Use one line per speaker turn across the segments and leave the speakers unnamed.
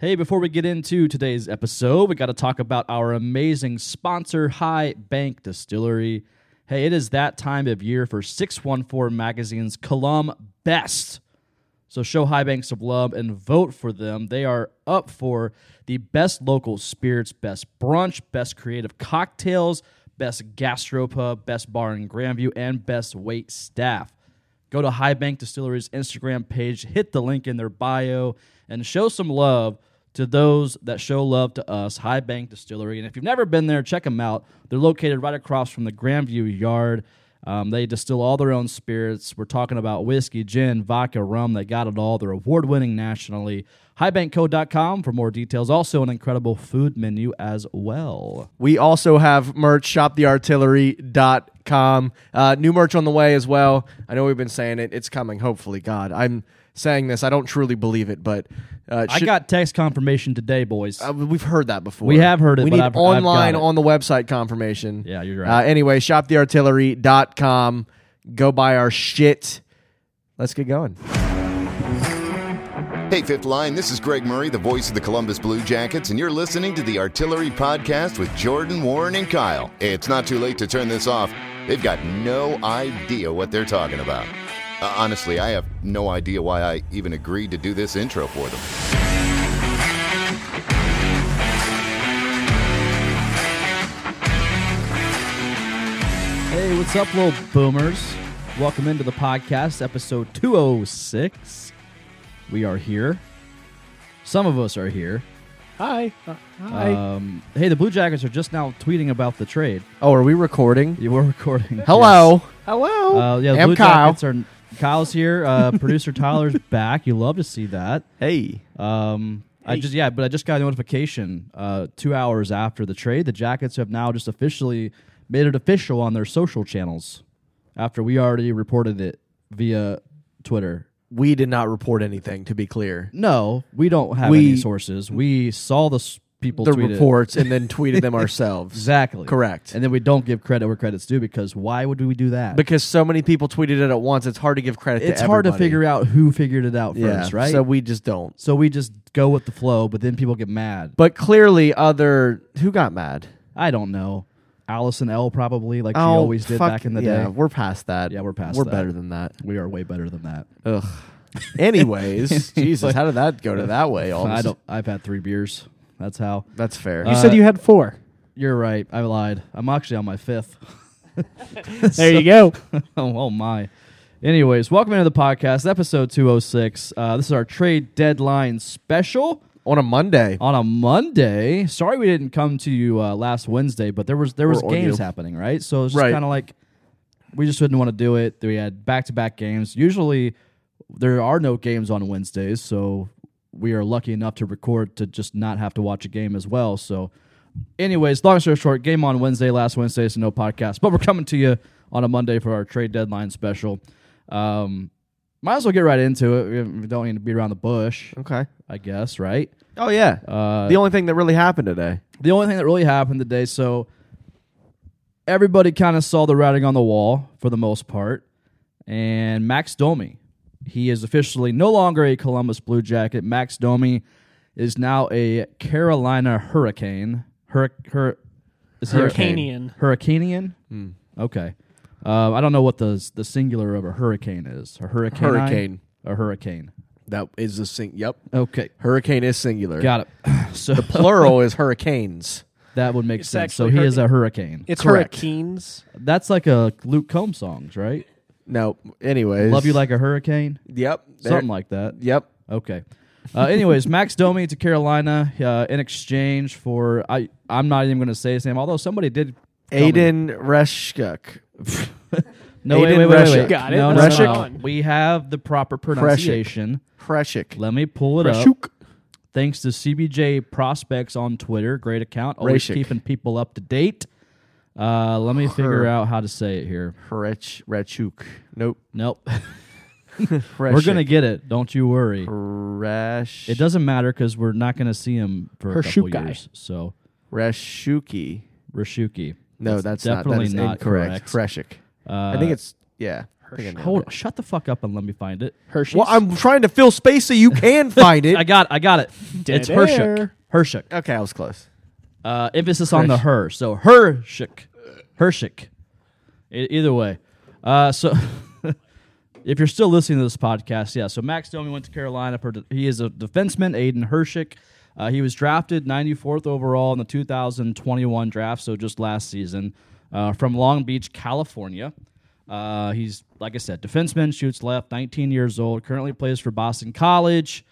Hey, before we get into today's episode, we got to talk about our amazing sponsor, High Bank Distillery. Hey, it is that time of year for 614 Magazine's Column Best. So show High Bank some love and vote for them. They are up for the best local spirits, best brunch, best creative cocktails, best gastropub, best bar in Grandview, and best wait staff. Go to High Bank Distillery's Instagram page, hit the link in their bio, and show some love to those that show love to us, High Bank Distillery. And if you've never been there, check them out. They're located right across from the Grandview Yard. Um, they distill all their own spirits. We're talking about whiskey, gin, vodka, rum. They got it all. They're award winning nationally. Highbankco.com for more details. Also, an incredible food menu as well.
We also have merch, shoptheartillery.com. Uh, new merch on the way as well. I know we've been saying it. It's coming, hopefully, God. I'm saying this. I don't truly believe it, but uh, it
I
should-
got text confirmation today, boys.
uh, we've heard that before.
We have heard it,
We
but
need
I've- I've got
online
it.
on the website confirmation.
Yeah, you're right.
Uh, anyway, shoptheartillery.com. Go buy our shit. Let's get going.
Hey, Fifth Line, this is Greg Murray, the voice of the Columbus Blue Jackets, and you're listening to the Artillery Podcast with Jordan, Warren, and Kyle. It's not too late to turn this off. They've got no idea what they're talking about. Uh, honestly, I have no idea why I even agreed to do this intro for them.
Hey, what's up, little boomers? Welcome into the podcast, episode 206. We are here. Some of us are here.
Hi.
Um, hey, the Blue Jackets are just now tweeting about the trade.
oh, are we recording?
You were recording.
Hello.
Yes.
Hello.
Uh, yeah, the
I'm
Blue
Kyle.
Jackets are. Kyle's here. Uh, producer Tyler's back. You love to see that.
Hey.
Um, I just yeah, but I just got a notification uh, two hours after the trade. The Jackets have now just officially made it official on their social channels after we already reported it via Twitter.
We did not report anything, to be clear.
No, we don't have
We-
any sources. We saw the s- people
the
tweet it.
reports and then tweeted them ourselves.
exactly
Correct.
and then we don't give credit where credit's due because why would we do that?
Because so many people tweeted it at once, it's hard to give credit
it's
to
hard to
everybody.
figure out who figured it out
yeah,
first, right?
So we just don't.
so we just go with the flow, but then people get mad.
But clearly, other. Who got mad?
I don't know. Allison L probably like she
Oh,
always did
fuck,
back in the
yeah,
day.
We're past that.
Yeah, we're past
We're
that.
better than that.
We are way better than that.
Ugh. Anyways, Jesus, how did that go to that way? All of a
I
sudden?
don't. I've had three beers. That's how. Uh,
That's fair.
You said you had four.
You're right. I lied. I'm actually on my fifth.
There you go.
oh, oh my. Anyways, welcome into the podcast, episode 206. Uh, this is our trade deadline special
on a Monday.
on a Monday. Sorry we didn't come to you uh, last Wednesday, but there was there was
Or on
games
you.
happening, right? So it's just
Right.
kind of like we just didn't want to do it. We had back to back games. Usually there are no games on Wednesdays, so we are lucky enough to record to just not have to watch a game as well. So, anyways, long story short, game on Wednesday, last Wednesday, so no podcast. But we're coming to you on a Monday for our trade deadline special. Um, might as well get right into it. We don't need to beat around the bush,
Okay.
I guess, right?
Oh yeah.
Uh,
the only thing that really happened today.
the only thing that really happened today, so everybody kind of saw the writing on the wall for the most part. And Max Domi, he is officially no longer a Columbus Blue Jacket. Max Domi is now a Carolina Hurricane. Hurric- hur- is he a-
Hurricanian.
Hurricanian? Okay. Uh, I don't know what the the singular of a hurricane is. A hurricane.
Hurricane.
A hurricane.
That is a sing. Yep.
Okay.
Hurricane is singular.
Got it. So
Plural is hurricanes.
that would make
It's
sense. So
actually
he is a hurricane.
It's
Correct.
hurricanes.
That's like a Luke Combs songs, right?
No. Anyways.
Love you like a hurricane,
Yep.
something like that.
Yep.
Okay. Uh, anyways, Max Domi to Carolina uh, in exchange for I. I'm not even going to say his name, although somebody did. tell me-
Aiden Reshkuk.
No, wait,
Aiden
wait, wait, wait, wait.
Reshek.
Got it.
No, no,
That's
no,
the
no.
one.
We have the proper pronunciation.
Reshik.
Let me pull it up.
Reshuk.
Thanks to CBJ Prospects on Twitter, great account, always
Reshik.
keeping people up to date. Uh, let me figure out how to say it here.
Rech Rechuk. Nope.
Nope,
Reshik.
we're gonna get it. Don't you worry.
Resh.
It doesn't matter because we're not going to see him for a couple
Hirschukai.
years. So
Reshuki.
Rishuki.
No, that's,
definitely
not, that is
not
incorrect.
correct.
Reshik. I think it's yeah.
Hershey.
Uh, Hold, shut the fuck up and let me find it.
Hershey's.
Well, I'm trying to fill space so you can find
I
it.
got, I got it.
Dead
it's Hershuk.
air.
Hershuk.
okay, I was close.
Uh, emphasis on the her. So Hershik. Hershik. E- either way. Uh, so if you're still listening to this podcast, yeah. So Max Domi went to Carolina. For he is a defenseman, Aiden Hershik. Uh, he was drafted 94th overall in the 2021 draft, so just last season, uh, from Long Beach, California. Uh, he's, like I said, defenseman, shoots left, 19 years old, currently plays for Boston College.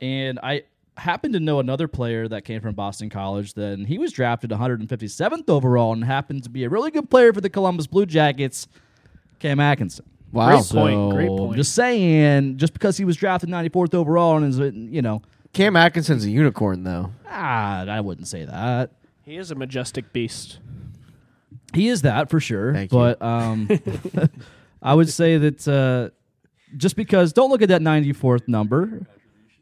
And I happen to know another player that came from Boston College. Then he was drafted 157th overall and happened to be a really good player for the Columbus Blue Jackets, Cam Atkinson.
Wow. Great
point, great
So,
point.
Just saying, just because he was drafted 94th overall and is, you know,
Cam Atkinson's a unicorn, though.
ah, I wouldn't say that.
he is a majestic beast.
He is that for sure.
Thank you.
but um, I would say that uh, just because, don't look at that 94th number.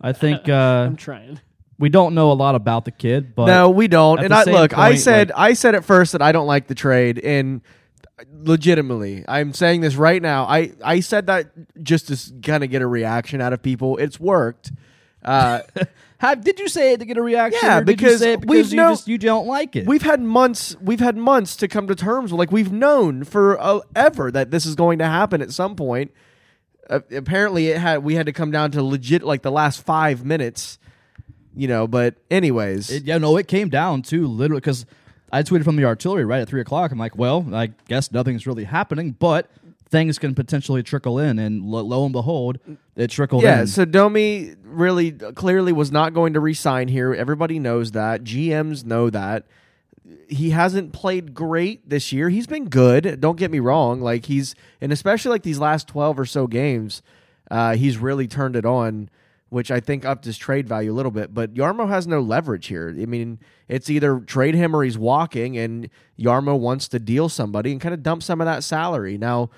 I think uh,
I'm trying.
we don't know a lot about the kid, but
No, we don't.
at
And
the
I
same
look, I
point,
said I said at first that I don't like the trade and legitimately, I'm saying this right now. I I said that just to kind of get a reaction out of people. It's worked. Uh,
Have, did you say it to get a reaction?
Yeah,
or did you
because
say it because
we've
you
known-
just you don't like it.
we've had months we've had months to come to terms with like we've known for uh, ever that this is going to happen at some point. Uh, apparently it had we had to come down to legit like the last 5 minutes, you know, but anyways.
it, yeah, no, it came down to literally because I tweeted from the artillery right at three o'clock. I'm like, well, I guess nothing's really happening, but things can potentially trickle in, and lo, lo and behold, it trickled
Yeah,
in.
so Domi really clearly was not going to resign here. Everybody knows that. GMs know that. He hasn't played great this year. He's been good. Don't get me wrong. Like he's and especially like these last twelve or so games, uh, he's really turned it on, which I think upped his trade value a little bit. But Yarmo has no leverage here. I mean, it's either trade him or he's walking, and Yarmo wants to deal somebody and kind of dump some of that salary. Now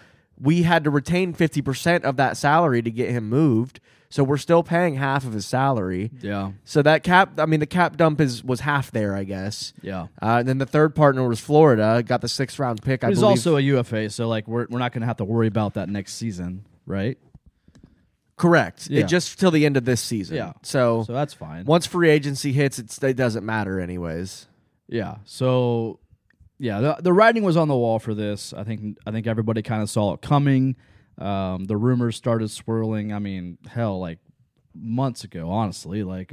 we had to retain 50% of that salary to get him moved. So we're still paying half of his salary.
yeah,
So that cap, I mean, the cap dump is was half there, I guess.
yeah.
Uh, and then the third partner was Florida, got the sixth round pick. I
He's
believe.
also a UFA, so like we're we're not going to have to worry about that next season, right?
correct.
Yeah.
It just till the end of this season.
Yeah.
So,
So that's fine.
once free agency hits, it's, it doesn't matter anyways.
Yeah. So, yeah, the, the writing was on the wall for this. I think I think everybody kind of saw it coming. Um, the rumors started swirling. I mean, hell, like months ago. Honestly, like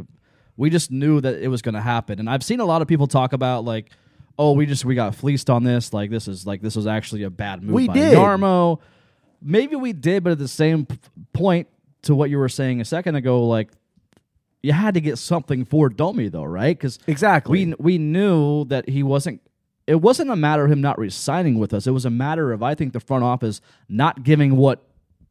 we just knew that it was going to happen. And I've seen a lot of people talk about like, oh, we just we got fleeced on this. Like this is like this was actually a bad move.
We
by
did.
Yarmo. Maybe we did, but at the same p- point to what you were saying a second ago, like you had to get something for Domi though, right? Because
Exactly.
we we knew that he wasn't. It wasn't a matter of him not resigning with us. It was a matter of I think the front office not giving what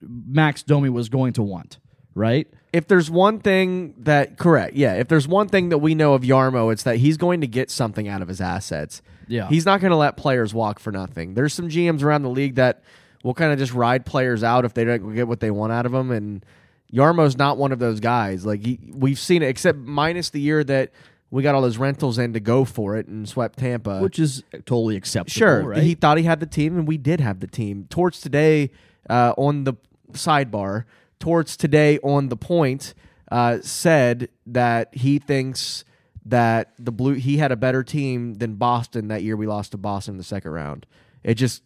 Max Domi was going to want. Right?
if there's one thing that correct, yeah, if there's one thing that we know of Yarmo, it's that he's going to get something out of his assets.
Yeah.
He's not going to let players walk for nothing. There's some GMs around the league that will kind of just ride players out if they don't get what they want out of them and Yarmo's not one of those guys. Like he, we've seen it except minus the year that we got all those rentals in to go for it and swept Tampa.
Which is totally acceptable.
Sure,
Right?
he thought he had the team, and we did have the team. Torts today uh, on the sidebar. Torts today on the point uh, said that he thinks that the blue he had a better team than Boston that year. We lost to Boston in the second round. It just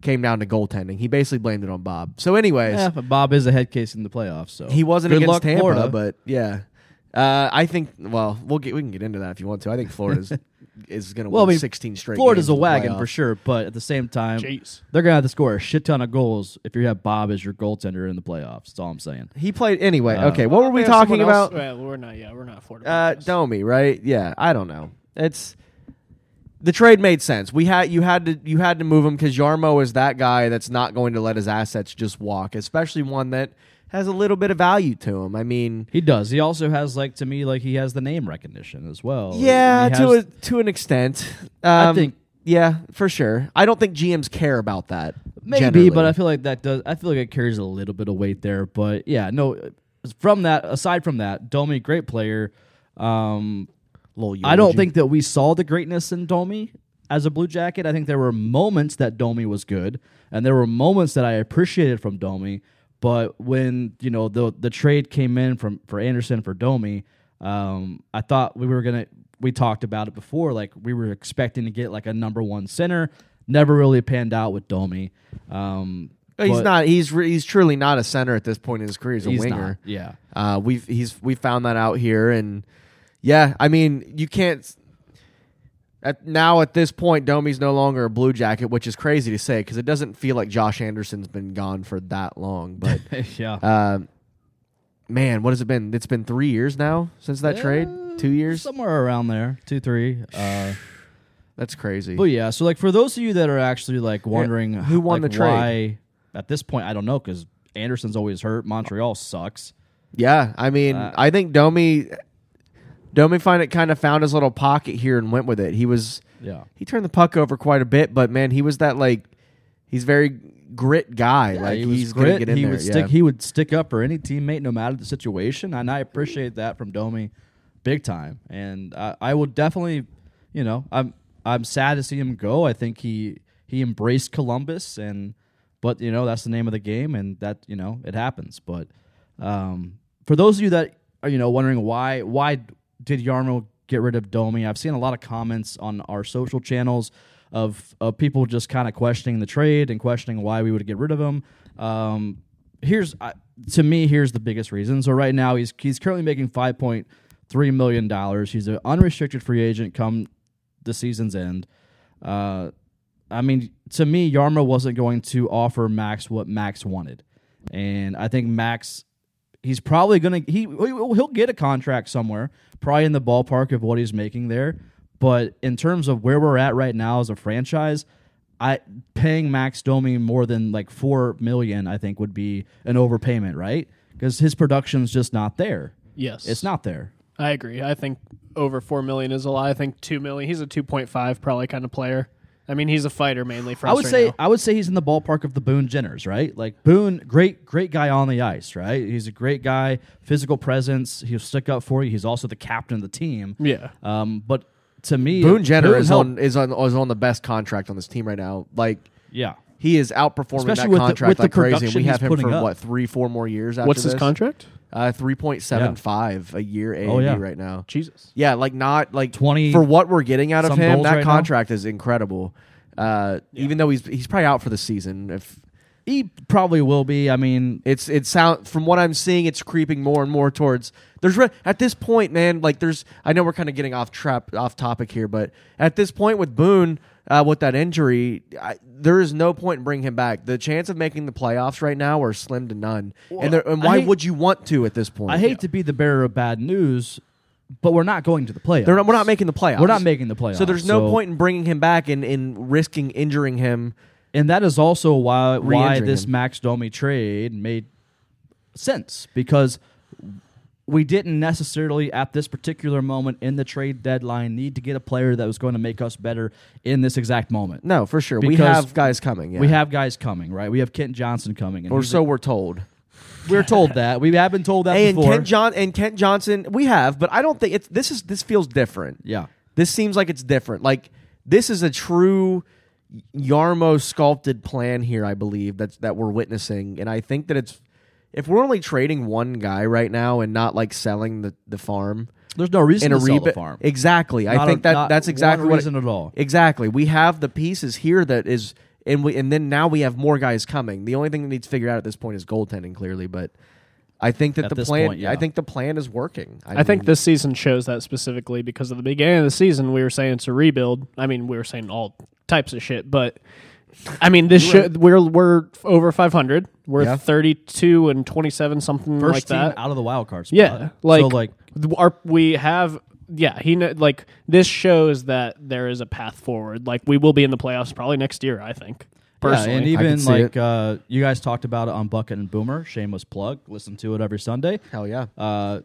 came down to goaltending. He basically blamed it on Bob. So, anyways,
Yeah, but Bob is a head case in the playoffs, so
he wasn't
Good
against
luck,
Tampa,
Florida.
but yeah. Uh, I think. Well, we'll get we can get into that if you want to. I think Florida's is going to
Well, I
win
mean,
sixteen straight.
Florida's
games
a
in the
wagon
playoffs.
for sure. But at the same time,
Jeez.
they're gonna have to score a shit ton of goals if you have Bob as your goaltender in the playoffs. That's all I'm saying.
He played anyway.
Uh,
okay, what were we
They have
talking
someone else-
about?
Well, we're not. Yeah, we're not affordable.
Uh, Domi, right? Yeah, I don't know. It's the trade made sense. We had you had to you had to move him because Yarmo is that guy that's not going to let his assets just walk, especially one that has a little bit of value to him. I mean,
He does. He also has like to me like he has the name recognition as well.
yeah,
And he
to
has-
a, to an extent. Um,
think-
yeah, for sure. I don't think GMs care about that.
Maybe,
generally.
but I feel like that does. I feel like it carries a little bit of weight there. But yeah, no. From that, aside from that, Domi, great player. Um,
Lil
I don't
eulogy.
think that we saw the greatness in Domi. as a Blue Jacket, I think there were moments that Domi was good, and there were moments that I appreciated from Domi. But when you know the the trade came in from for Anderson for Domi, um, I thought we were gonna. We talked about it before, like we were expecting to get like a number one center. Never really panned out with Domi. Um,
he's
but
not. He's re- he's truly not a center at this point in his career. He's a
he's
winger.
not. Yeah,
Uh, we've he's we found that out here, and yeah, I mean you can't. At now at this point, Domi's no longer a Blue Jacket, which is crazy to say because it doesn't feel like Josh Anderson's been gone for that long. But
yeah.
uh, man, what has it been? It's been three years now since that trade. Two years.
somewhere around there, two, three. Uh,
That's crazy.
but yeah, so like for those of you that are actually like wondering
who won
like,
the trade?
why- at this point I don't know because Anderson's always hurt. Montreal sucks.
Yeah, I mean, I think Domi, Domi, find it kind of found his little pocket here and went with it. He was
Yeah,
he turned the puck over quite a bit, but man, he was that like he's very grit guy. like
Uh, he was
he's
grit.
gonna get in
he
there.
would
yeah.
stick. He would stick up for any teammate, no matter the situation, and I appreciate that from Domi, big time. And I, I will definitely, you know, I'm I'm sad to see him go. I think he he embraced Columbus, and but you know that's the name of the game, and that you know it happens. But um, for those of you that are you know wondering why why did Yarmo get rid of Domi, I've seen a lot of comments on our social channels of of people just kind of questioning the trade and questioning why we would get rid of him. Um, here's I to me here's the biggest reason. So right now he's he's currently making five point three million dollars. He's an unrestricted free agent come the season's end. Uh, I mean, to me, Yarmo wasn't going to offer Max what Max wanted, and I think Max, he's probably gonna he he'll get a contract somewhere, probably in the ballpark of what he's making there. But in terms of where we're at right now as a franchise, I paying Max Domi more than like four million, I think, would be an overpayment, right? Because his production's just not there.
Yes,
It's not there.
I agree. I think over four million is a lot. I think two million. He's a two point five probably kind of player. I mean, he's a fighter mainly for
I
us
would
right
say
now.
I would say he's in the ballpark of the Boone Jenners, right? Like Boone, great great guy on the ice, right? He's a great guy, physical presence. He'll stick up for you. He's also the captain of the team.
Yeah.
Um, but to me,
Boone Jenner is
helped-
on, is on is on the best contract on this team right now. Like
Yeah,
he is outperforming
Especially
that
with the-
contract
with the
like crazy. And
production
we have
he's
him for
putting up.
what three, four more years. After
What's his
this?
contract?
Uh, three point seven five a year AAV
Oh, yeah.
right now.
Jesus.
Yeah, like not like
20
for what we're getting out of
some
him.
goals
That
right now?
contract is incredible. Uh, Even though he's he's probably out for the season. If
he probably will be. I mean,
it's it sound from what I'm seeing, it's creeping more and more towards. There's re- at this point, man. Like there's, I know we're kind of getting off trap, off topic here, but at this point with Boone, uh, with that injury, I, there is no point in bringing him back. The chance of making the playoffs right now are slim to none. and there, and
I
why
hate-
would you want to at this point?
I hate to be the bearer of bad news, but we're not going to the playoffs.
They're not, we're not making the playoffs.
We're not making the playoffs.
So there's no point in bringing him back and in risking injuring him.
and that is also why why
Re-injuring
this
him.
Max Domi trade made sense because we didn't necessarily at this particular moment in the trade deadline need to get a player that was going to make us better in this exact moment.
No, for sure. we
Because
have guys coming. Yeah.
We have guys coming, right? We have Kent Johnson coming, and
or
he's
so we're told.
a- we're told that we have been told that
and
before.
Kent John and Kent Johnson, we have, but I don't think it's this is this feels different.
yeah,
This seems like it's different. Like this is a true Yarmo sculpted plan here, I believe, that's that we're witnessing. And I think that it's if we're only trading one guy right now and not like selling the, the farm
there's no reason
in
to
a
sell the
rebate.
farm.
Exactly. I
Not a-
think that
not
that's
one
exactly what it-
reason at all.
Exactly. We have the pieces here that is and we and then now we have more guys coming. The only thing that needs figured out at this point is goaltending clearly, but I think that
At
the
this
plan
point, yeah.
I think the plan is working.
I think this season shows that specifically because at the beginning of the season we were saying it's a rebuild. I mean, we were saying all types of shit, but I mean, this shit we're we're over 500. We're
Yeah.
32 and 27 something
First
like
team
that.
out of the wild card spot.
Yeah, like
so, like
th- our we have yeah he kn- like this shows that there is a path forward. Like we will be in the playoffs probably next year. I think personally.
Yeah, and
I can
even
see
like
it.
uh, you guys talked about it on Bucket and Boomer, shameless plug. Listen to it every Sunday.
Hell yeah.
Uh,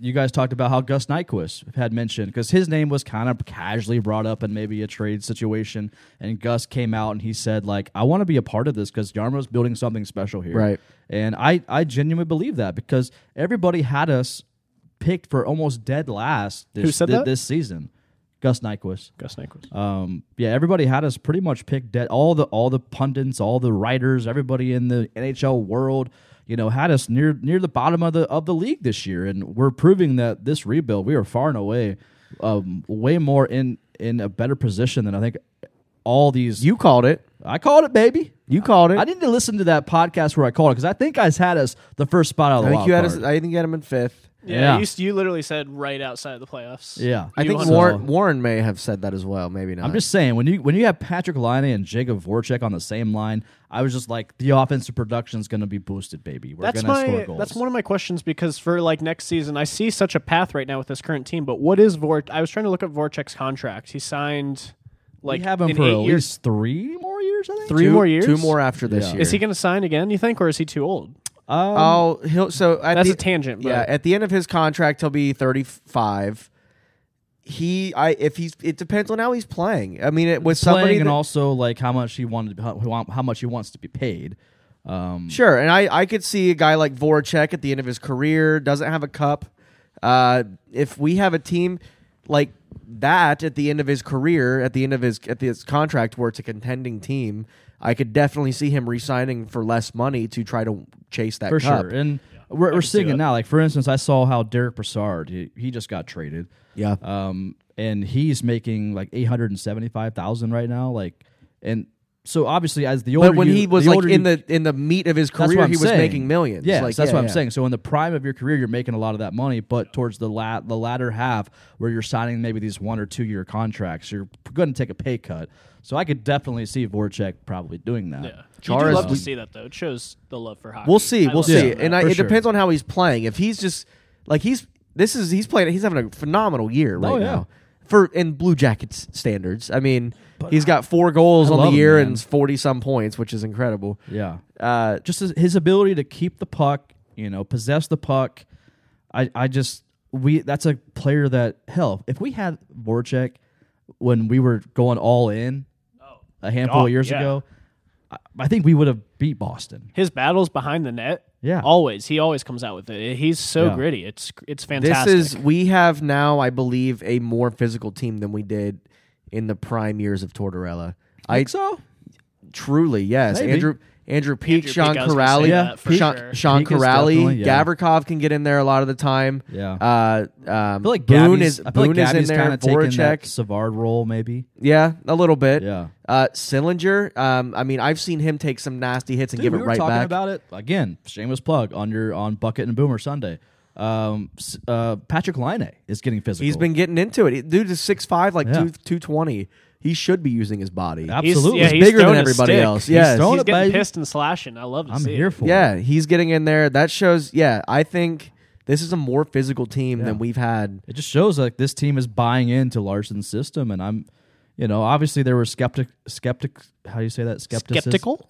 you guys talked about how Gus Nyquist had mentioned because his name was kind of casually brought up in maybe a trade situation, and Gus came out and he said like, "I want to be a part of this because Yarmo's building something special here."
Right.
And I I genuinely believe that because everybody had us picked for almost dead last this,
Who said
thi-
that?
this season. Gus Nyquist.
Gus Nyquist.
Um, yeah, everybody had us pretty much picked dead. All the all the pundits, all the writers, everybody in the NHL world, you know, had us near near the bottom of the of the league this year, and we're proving that this rebuild, we are far and away, um, way more in in a better position than I think all these.
You called it.
I called it, baby.
You called it.
I need to listen to that podcast where I called it because I think I had us the first spot out of
I
the
think
wild
you had.
card.
Us, I think you had him in fifth.
Yeah.
You, s- you literally said right outside the playoffs.
yeah,
I
You
think
also-
Warren, Warren may have said that as well. Maybe not.
I'm just saying when you when you have Patrick Line and Jacob Voracek on the same line, I was just like the offensive production's going to be boosted, baby. We're
That's
going to
my
score goals.
that's one of my questions because for like next season I see such a path right now with this current team. But what is Vor? I was trying to look up Voracek's contract. He signed like
we have him
an
for at
eight year-
least three more years. I think
three
two,
more years.
Two more after this
Yeah.
year.
Is he going to sign again? You think, or is he too old?
Um,
Oh, he'll. So at
That's
the,
a tangent. But
Yeah, at the end of his contract, he'll be 35. He, I, if he's, it depends on how he's playing. I mean, it, with somebody,
playing and
that-
also like how much he wanted, how, how much he wants to be paid. Um,
sure. And I, I could see a guy like Voracek at the end of his career doesn't have a cup. Uh, if we have a team like that at the end of his career, at the end of his, at his contract, where it's a contending team, I could definitely see him resigning for less money to try to chase that
for
cup.
sure. And we're, we're seeing it now. Like for instance, I saw how Derek Brassard he, he just got traded.
Yeah.
Um, and he's making like eight hundred and seventy five thousand right now. Like, and so obviously as the older
But when
you-
he was
the
like
older
in
you-
the in the meat of his
that's what
career,
I'm
he was
saying.
making millions.
Yes,
like,
that's
yeah,
what I'm
yeah.
saying. So in the prime of your career, you're making a lot of that money, but towards the la- the latter half, where you're signing maybe these one or two year contracts, you're going to take a pay cut. So I could definitely see Voracek probably doing that.
yeah. you
Chara's-
do love to see that though. It shows the love for hockey.
We'll see.
I
We'll
love
see.
seeing that.
and I,
for
it
sure.
depends on how he's playing. If he's just like he's this is he's playing. He's having a phenomenal year right
Oh, yeah.
now for in Blue Jackets standards. I mean, he's got four goals
I
on
love
the
him,
year
man.
and forty some points, which is incredible.
Yeah.
Uh,
just his, his ability to keep the puck, you know, possess the puck. I, I just we that's a player that hell if we had Voracek when we were going all in a handful
God,
of years
Oh. yeah.
ago, I, I think we would have beat Boston.
his battles behind the net.
Yeah.
always. He always comes out with it. He's so
Yeah.
gritty. It's it's
this
fantastic.
is we have now, I believe, a more physical team than we did in the prime years of Tortorella. I
so.
truly yes,
Maybe.
Andrew. Andrew Peak,
Peak,
Sean
I was gonna
Corrali,
say that for
Sean,
sure.
Sean
Peak is
Corrali,
definitely, yeah.
Gavrikov can get in there a lot of the time.
Yeah.
Uh, um,
I feel like
Boone
Gabby's-
is
I feel
Boone
like
is in
Gabby's
there.
kinda taking that
Voracek,
Savard role maybe.
yeah, a little bit.
Yeah.
Uh, Sillinger, um, I mean, I've seen him take some nasty hits and
Dude,
give
we
it
were
right
talking
back.
about it again. Shameless plug on your on Bucket and Boomer Sunday. Um, s- uh, Patrick Line is getting physical.
He's been getting into it. He- Dude is six five, like
Oh. Yeah.
two two twenty. He should be using his body.
Absolutely.
He's-
Absolutely.
yeah,
He's
he's
bigger than
throwing a
everybody
stick.
else.
He's
Yes.
throwing
He's
it,
getting
baby.
pissed and slashing. I love to
I'm
see
here
it.
for. it.
Yeah, he's getting in there. That shows. Yeah, I think this is a more physical team than we've had.
It just shows like this team is buying into Larson's system, and I'm, you know, obviously there were skeptic, skeptic. How do you say that? Skepticism?
Skeptical.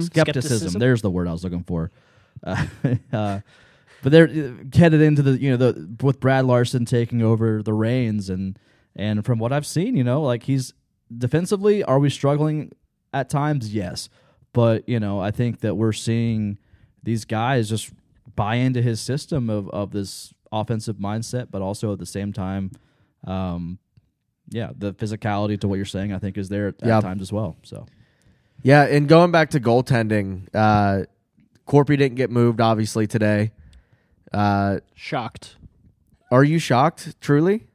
Skepticism.
Skepticism?
There's the word I was looking for. Uh, uh, but they're uh, headed into the you know the with Brad Larson taking over the reins, and and from what I've seen, you know, like he's defensively, are we struggling at times? Yes, but you know, I think that we're seeing these guys just buy into his system of of this offensive mindset, but also at the same time. Um, yeah, the physicality to what you're saying, I think, is there at, at
Yeah.
times as well. So
Yeah, and going back to goaltending, uh, Corpy didn't get moved obviously today. Uh,
Shocked.
are you shocked? Truly,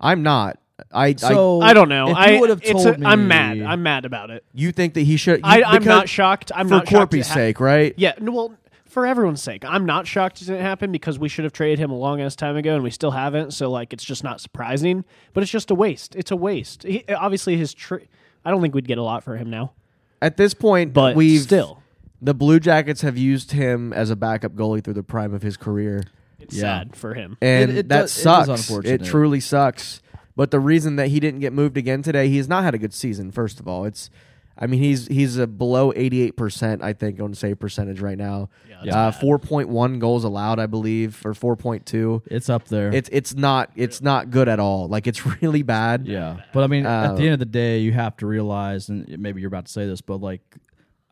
I'm not. I, I
I don't know.
if you
I
would have
it's
told
a-
me,
I'm mad. I'm mad about it.
you think that he should? you-
I, I'm
because-
not shocked. I'm
for
not shocked it
Corpy's
ha-
sake, right?
Yeah, no, well, for everyone's sake, I'm not shocked it didn't happen because we should have traded him a long ass time ago, and we still haven't. So like, it's just not surprising, but it's just a waste. It's a waste. He, obviously, his tra- I don't think we'd get a lot for him now,
At this point,
but
we've
still,
the Blue Jackets have used him as a backup goalie through the prime of his career,
it's
Yeah.
sad for him.
and
It- it
that
does- it is
sucks. It,
unfortunate.
truly sucks. But the reason that he didn't get moved again today, he has not had a good season. First of all, it's. I mean, he's he's a below eighty eight percent, I think, on save percentage right now. uh, four point one goals allowed, I believe, or four point two.
it's up there.
It's it's not it's not good at all. Like it's really bad.
Yeah, but I mean,
Uh,
at the end of the day, you have to realize, and maybe you're about to say this, but like,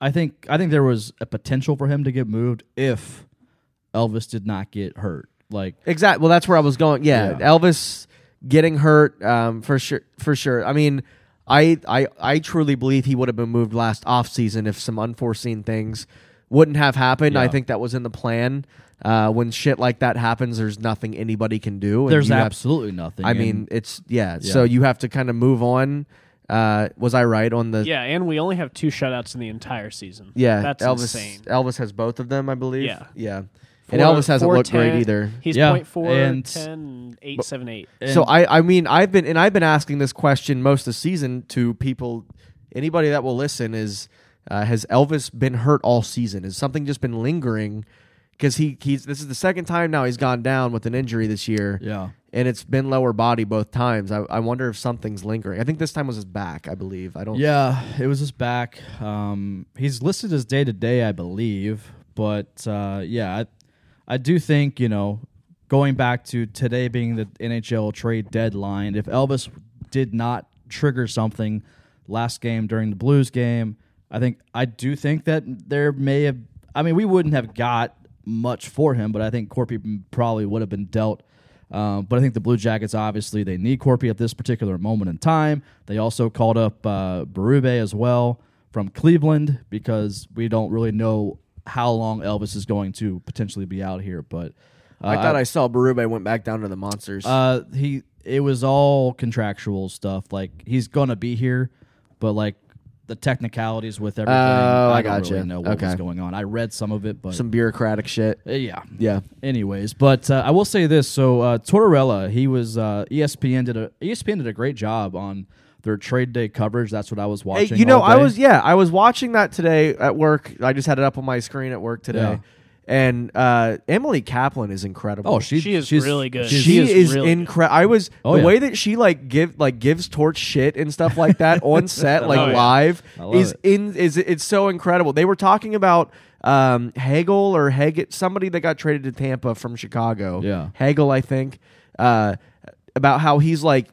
I think I think there was a potential for him to get moved if Elvis did not get hurt. Like,
Exactly. Well, that's where I was going. Yeah,
Yeah.
Elvis getting hurt um, for sure. For sure. I mean, I I I truly believe he would have been moved last offseason if some unforeseen things wouldn't have happened. I
Yeah.
think that was in the plan. Uh, when shit like that happens, there's nothing anybody can do. and
There's
you have-
absolutely nothing.
I
And
mean, it's yeah, So you have to kind of move on. Uh, was I right on the
Yeah, and we only have two shutouts in the entire season.
Yeah,
that's
Elvis.
insane.
Elvis has both of them, I believe.
Yeah.
yeah. and Elvis hasn't looked great either.
He's
Yeah,
point four
and-
and 10, 8, 7, 8.
so I, I mean, I've been and I've been asking this question most of the season to people, anybody that will listen is, uh, has Elvis been hurt all season? Has something just been lingering? Because he he's this is the second time now he's gone down with an injury this year.
Yeah.
And it's been lower body both times. I, I wonder if something's lingering. I think this time was his back. I believe. I don't.
Yeah, it was his back. Um, he's listed as day to day, I believe. But uh, yeah, I, I do think you know, going back to today being the NHL trade deadline, if Elvis did not trigger something last game during the Blues game, I think I do think that there may have. I mean, we wouldn't have got much for him, but I think Corpy m- probably would have been dealt. Um, but I think the Blue Jackets obviously they need Corpy at this particular moment in time. They also called up uh, Berube as well from Cleveland because we don't really know how long Elvis is going to potentially be out here. But
I thought I, saw Barube went back down to the monsters.
uh, he it was all contractual stuff. Like he's gonna be here, but like the technicalities with everything.
Oh, I
don't
gotcha.
really know what was
Okay.
going on. I read some of it, but
Some bureaucratic shit.
Uh, yeah,
Yeah.
Anyways, but uh, I will say this: so uh, Tortorella, he was uh, ESPN did a E ESPN did a great job on their trade day coverage. That's what I was
Hey,
watching.
you know,
all
I
day.
was yeah, I was watching that today at work. I just had it up on my screen at work today,
Yeah.
and uh, Emily Kaplan is incredible.
Oh, she
She is
she's-
really good.
she's-
she,
she is
is,
really good.
incredible. I was
Oh,
the
yeah.
way that she like give like gives Torch shit and stuff like that on set, like
Oh, yeah.
live,
I love
is
it.
in is it's so incredible. They were talking about um, Hagel or Hagel, somebody that got traded to Tampa from Chicago.
Yeah.
Hagel, I think, uh, about how he's like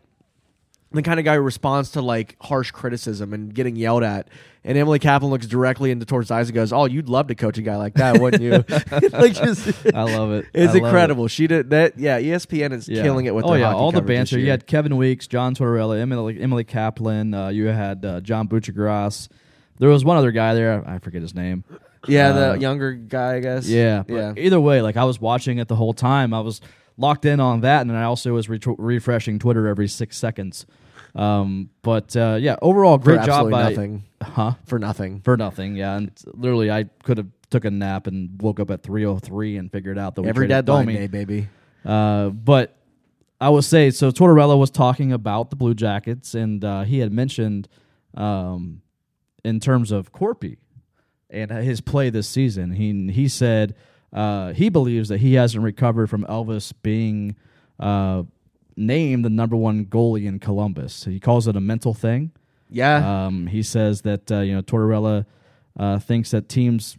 the kind of guy who responds to like harsh criticism and getting yelled at. And Emily Kaplan looks directly into Torch's eyes and goes, "Oh, you'd love to coach a guy like that, wouldn't you?" like, just,
I love it. I
It's
love
incredible. She did that. Yeah, E ESPN is
Yeah.
killing it with.
oh
their
yeah,
hockey
all the
coverage this
banter. You
year.
had Kevin Weeks, John Tortorella, Emily, Emily Kaplan. Uh, you had uh, John Buchagrass. There was one other guy there. I forget his name.
yeah, the
uh,
younger guy, I guess.
Yeah, but
yeah.
Either way, like I was watching it the whole time. I was locked in on that, and then I also was re- refreshing Twitter every six seconds. Um, but uh, yeah, overall, great job
absolutely
by
nothing.
huh
For nothing.
for nothing. Yeah, and literally, I could have took a nap and woke up at three oh three and figured out that we
Every
traded
deadline
Domi.
day, baby.
Uh, but I will say, so Tortorella was talking about the Blue Jackets, and uh, he had mentioned um, in terms of Corpy and his play this season. He he said uh, he believes that he hasn't recovered from Elvis being uh, named the number one goalie in Columbus. He calls it a mental thing.
Yeah,
Um, he says that uh, you know Tortorella uh, thinks that teams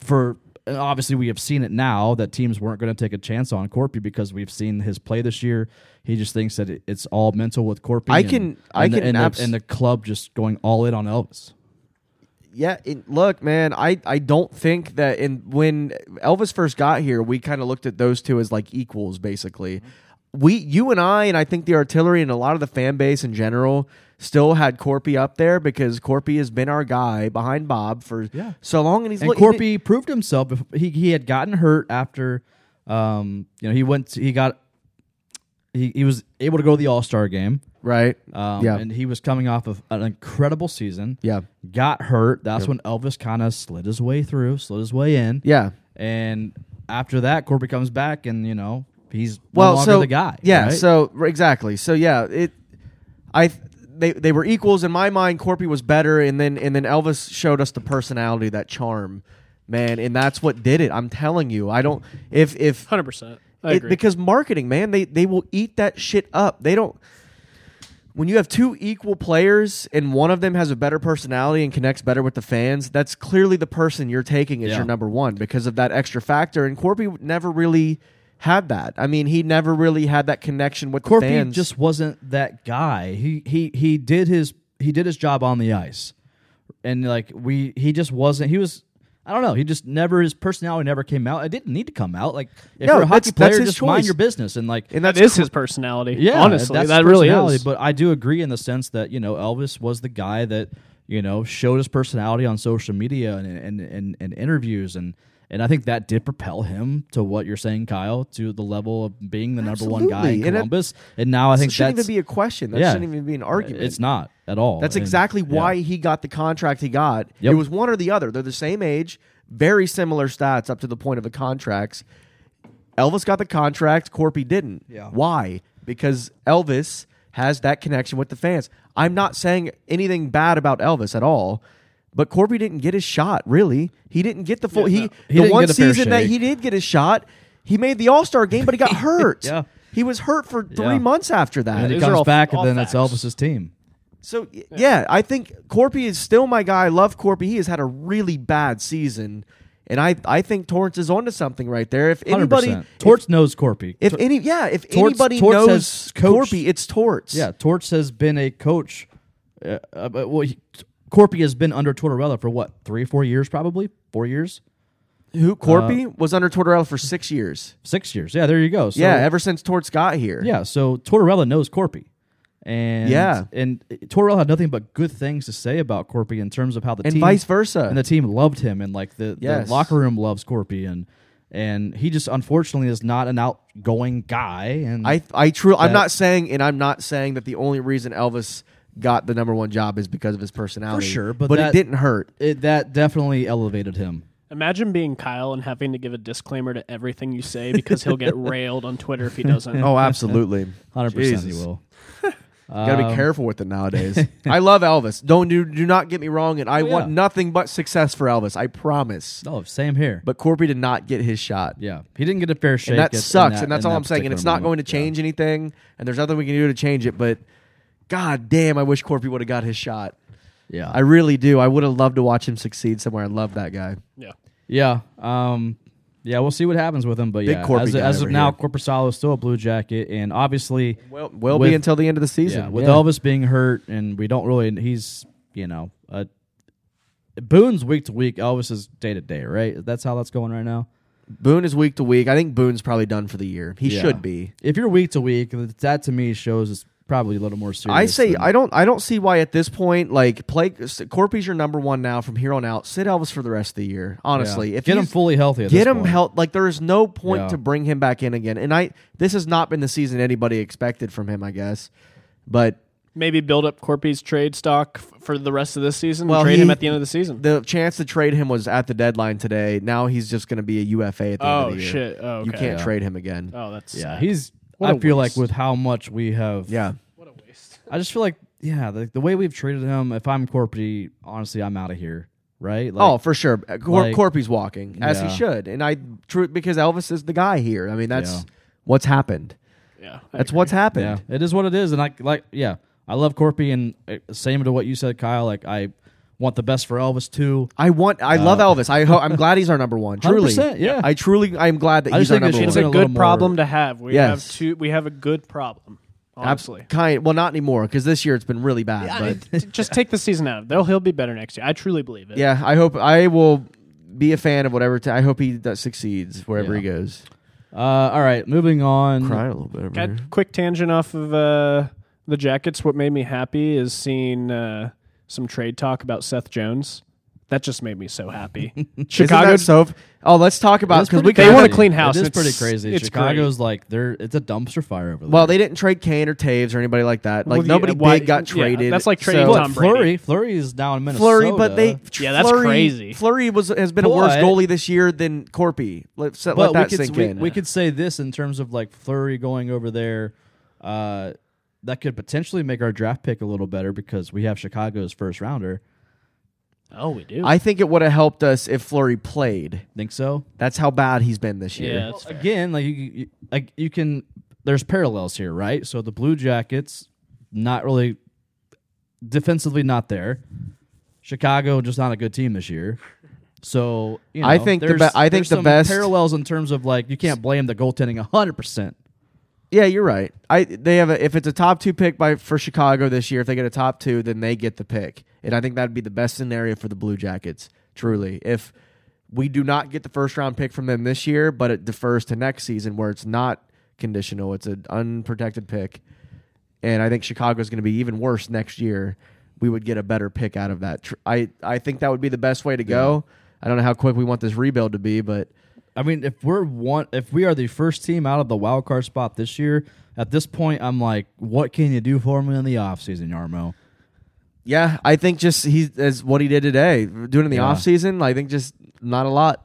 for and obviously we have seen it now that teams weren't going to take a chance on Corpy because we've seen his play this year. He just thinks that it, it's all mental with Corpy.
I
and-
can-
and
I
the-
can
and,
abs-
the, and the club just going all in on Elvis.
yeah. It, look, man, I I don't think that in when Elvis first got here, we kind of looked at those two as like equals, basically. We, you and I, and I think the artillery and a lot of the fan base in general still had Corpy up there because Corpy has been our guy behind Bob for
Yeah.
so long, and he's
And
look-
Corpy proved himself. bef- He he had gotten hurt after, um, you know, he went. He got. He, he was able to go to the All Star game.
right?
Um,
yeah,
And he was coming off of an incredible season.
Yeah.
Got hurt. That's when Elvis kind of slid his way through, slid his way in.
yeah.
And after that, Corby comes back and, you know, he's
well,
no longer
so
the guy.
Yeah,
right?
so r- exactly. So yeah, it. I they they were equals in my mind. Corpy was better, and then and then Elvis showed us the personality, that charm, man, and that's what did it. I'm telling you, I don't if if
100%. I
it,
agree.
because marketing, man, they they will eat that shit up. They don't. When you have two equal players and one of them has a better personality and connects better with the fans, that's clearly the person you're taking as
Yeah.
your number one because of that extra factor. And Corby never really had that. I mean, he never really had that connection with
Corby
the fans.
just wasn't that guy. He he he did his he did his job on the ice, and like we he just wasn't. He was. I don't know. He just never his personality never came out. It didn't need to come out. Like if
No,
you're a hockey
that's- that's
player,
his
just mind
choice.
your business and like
and
That
that's
is his personality.
yeah,
honestly,
that's
that
his
really
personality,
is.
But I do agree in the sense that you know Elvis was the guy that you know showed his personality on social media and and and, and interviews and. And I think that did propel him to what you're saying, Kyle, to the level of being the number one guy in
Absolutely. And it-
Columbus. And now I think
It shouldn't
that's
even be a question. That
yeah.
shouldn't even be an argument.
it's not at all.
That's
And-
exactly
yeah.
why he got the contract he got.
Yep.
It was one or the other. They're the same age, very similar stats up to the point of the contracts. Elvis got the contract, Corpy didn't.
Yeah.
Why? Because Elvis has that connection with the fans. I'm not saying anything bad about Elvis at all, but Corpy didn't get his shot, really. He didn't get the full
Yeah, no. He
he the
didn't
one
get a fair
season that
shake.
he did get his shot, he made the All-Star game, but he got hurt.
Yeah.
He was hurt for 3
Yeah.
months after that.
And he
These are
comes
all-
back, and
all
then it's
facts.
Elvis's team.
So y- yeah. I think Corpy is still my guy. I love Corpy. He has had a really bad season, and I I think Torrance is onto something right there. If
100%.
anybody,
Torch knows Corpy.
if, if any, yeah, if
Torrance-
anybody
Torrance has
knows
coached-
Corpy, it's Torrance.
Yeah, Torch has been a coach. Uh, uh, but- well, he, Corpy has been under Tortorella for what three, four years, probably four years, Uh,
who Corpy was under Tortorella for six years.
six years. Yeah, there you go. So,
yeah, ever since Torrance got here.
yeah. So Tortorella knows Corpy, and
Yeah.
and Tortorella had nothing but good things to say about Corpy in terms of how the
and
team
vice versa.
and the team loved him, and like the,
Yes.
the locker room loves Corpy, and and he just unfortunately is not an outgoing guy. And
I I true. I'm
That-
not saying, and I'm not saying that the only reason Elvis got the number one job is because of his personality.
sure, but that-
it didn't hurt.
it, that definitely elevated him.
Imagine being Kyle and having to give a disclaimer to everything you say because he'll get railed on Twitter if he doesn't.
Oh, absolutely.
Hundred percent, he
Jesus.
will.
Gotta be careful with it nowadays. I love Elvis. Don't do, do not get me wrong, and I
yeah.
want nothing but success for Elvis. I promise.
Oh, same here.
But Corby did not get his shot.
Yeah, he didn't get a fair shake.
And that
at- in
sucks,
that-
and that's
in
all
that
I'm saying. And
particular
it's not
moment.
going to change anything, and there's nothing we can do to change it. But God damn, I wish Corby would have got his shot.
Yeah,
I really do. I would have loved to watch him succeed somewhere. I love that guy.
yeah.
yeah, um, yeah. We'll see what happens with him, but yeah,
Corpy
as,
guy
as of
over
now,
here.
Corpusalo is still a Blue Jacket, and obviously,
Well, will
With-
be until the end of the season.
yeah, with
Yeah.
Elvis being hurt, and we don't really, he's you know, uh, Boone's week to week, Elvis is day to day, right? That's how that's going right now.
Boone is week to week. I think Boone's probably done for the year. He
Yeah.
should be.
If you're week to week, that to me shows it's probably a little more serious.
I say
than-
I don't I don't see why at this point like play Corpy's your number one now from here on out. Sit Elvis for the rest of the year.
yeah.
Honestly, if
get him
he's-
fully healthy, at
get
this
him
point.
help. Like there is no point
Yeah.
to bring him back in again. And I this has not been the season anybody expected from him. I guess, but
Maybe build up Corpy's trade stock f- for the rest of this season. and
Well,
trade
he-
him at the end of the season.
the chance to trade him was at the deadline today. Now he's just going to be a UFA at the end
Oh,
of the year.
shit. Oh,
You
okay.
can't
Yeah.
trade him again.
oh, that's
Yeah,
sad.
he's.
What
I
a
feel
waste.
like with how much we have,
Yeah,
what a waste.
I just feel like, yeah, the, the way we've treated him. If I'm Corpy, honestly, I'm out of here, right? Like,
oh, for sure. Cor-
like-
Corpy's walking as
Yeah.
he should, and I true because Elvis is the guy here. I mean, that's
Yeah.
what's happened.
Yeah.
That's what's happened.
yeah, it is what it is, and I like, yeah, I love Corpy, and uh, same to what you said, Kyle. Like, I want the best for Elvis too.
I want. I love Elvis. I ho- I'm glad he's our number one. Truly,
100%, yeah.
I truly. I'm glad that
I
he's
just
our
think they
number
should
one.
It's
put a
a
little
good
more-
problem to have. We
Yes.
have two. We have a good problem. Honestly.
Kind. Well, not anymore because this year it's been really bad.
Yeah,
but
I- just take the season out. They'll he'll be better next year. I truly believe it.
yeah, I hope I will be a fan of whatever. T- I hope he does, succeeds wherever
Yeah.
he goes.
Uh, all right, moving on.
Crying a little bit. Over
Got
here.
quick tangent off of uh, the jackets. What made me happy is seeing uh, some trade talk about Seth Jones. That just made me so happy. Chicago,
Isn't that so? Oh, let's talk about
That's
because we
pretty
they
kinda-
want
crazy.
a clean house.
It is
It's-
pretty crazy.
it's
Chicago's like they're it's a dumpster fire over there.
Well, they didn't trade Kane or Taves or anybody like that. Like
Well, yeah,
nobody
why-
big got
yeah,
traded.
that's like trading
so,
What,
Tom Brady.
Flurry, Flurry is down in Minnesota.
Flurry, but they
Yeah, that's
Fleury-
crazy.
Flurry was has been a worse
But-
goalie this year than Corpy. Let, let
but
that
we could
sink
we,
in.
we could say this in terms of like Flurry going over there. Uh, that could potentially make our draft pick a little better because we have Chicago's first rounder.
oh, we do.
I think it would have helped us if Flurry played.
Think so?
That's how bad he's been this year.
yeah, that's fair.
Again, like you, you, like you can. There's parallels here, right? So the Blue Jackets, not really defensively, not there. Chicago just not a good team this year. So you know,
I think the
there's,
be- I think
there's
the
some
best-
parallels in terms of like you can't blame the goaltending hundred percent.
Yeah, you're right. I they have a, if it's a top two pick by for Chicago this year, if they get a top two, then they get the pick, and I think that'd be the best scenario for the Blue Jackets. Truly, if We do not get the first round pick from them this year, but it defers to next season where it's not conditional. It's an unprotected pick. And I think Chicago's going to be even worse next year. We would get a better pick out of that. Tr- I, I think that would be the best way to go. I don't know how quick we want this rebuild to be, but
I mean, if we're one, if we are the first team out of the wild card spot this year, at this point, I'm like, what can you do for me in the offseason, Yarmo?
yeah, I think just he as what he did today, doing in the off offseason, I think just not a lot.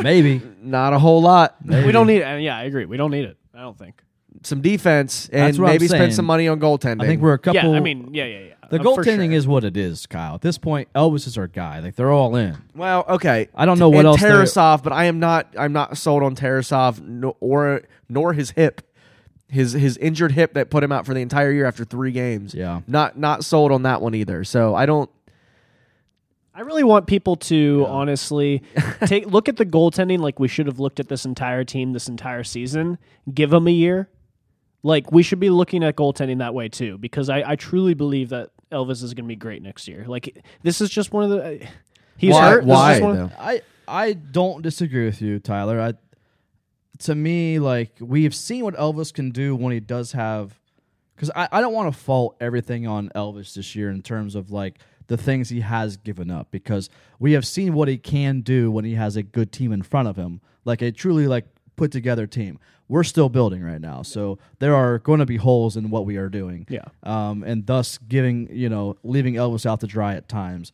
Maybe.
Not a whole lot.
We don't need. it. Yeah, I agree. We don't need it. I don't think.
Some defense and
That's what I'm
maybe
saying.
spend some money on goaltending.
I think we're a couple.
Yeah, I mean, yeah, yeah, yeah.
the
Uh, for
goaltending
sure.
is what it is, Kyle. At this point, Elvis is our guy. Like they're all in.
Well, okay.
I don't know what
and
else they-
Tarasov, but I am not. I'm not sold on Tarasov no- or nor his hip, his his injured hip that put him out for the entire year after three games.
Yeah.
not not sold on that one either. So I don't.
I really want people to honestly take look at the goaltending like we should have looked at this entire team this entire season. Give them a year. Like we should be looking at goaltending that way too, because I, I truly believe that Elvis is going to be great next year. Like this is just one of the uh, he's
Why-
hurt. This is
why,
just one of-
though?
I I don't disagree with you, Tyler. I to me, like we've seen what Elvis can do when he does have because I, I don't want to fault everything on Elvis this year in terms of like the things he has given up because we have seen what he can do when he has a good team in front of him, like a truly like put together team. We're still building right now, so there are going to be holes in what we are doing.
Yeah.
um, and thus giving you know leaving Elvis out to dry at times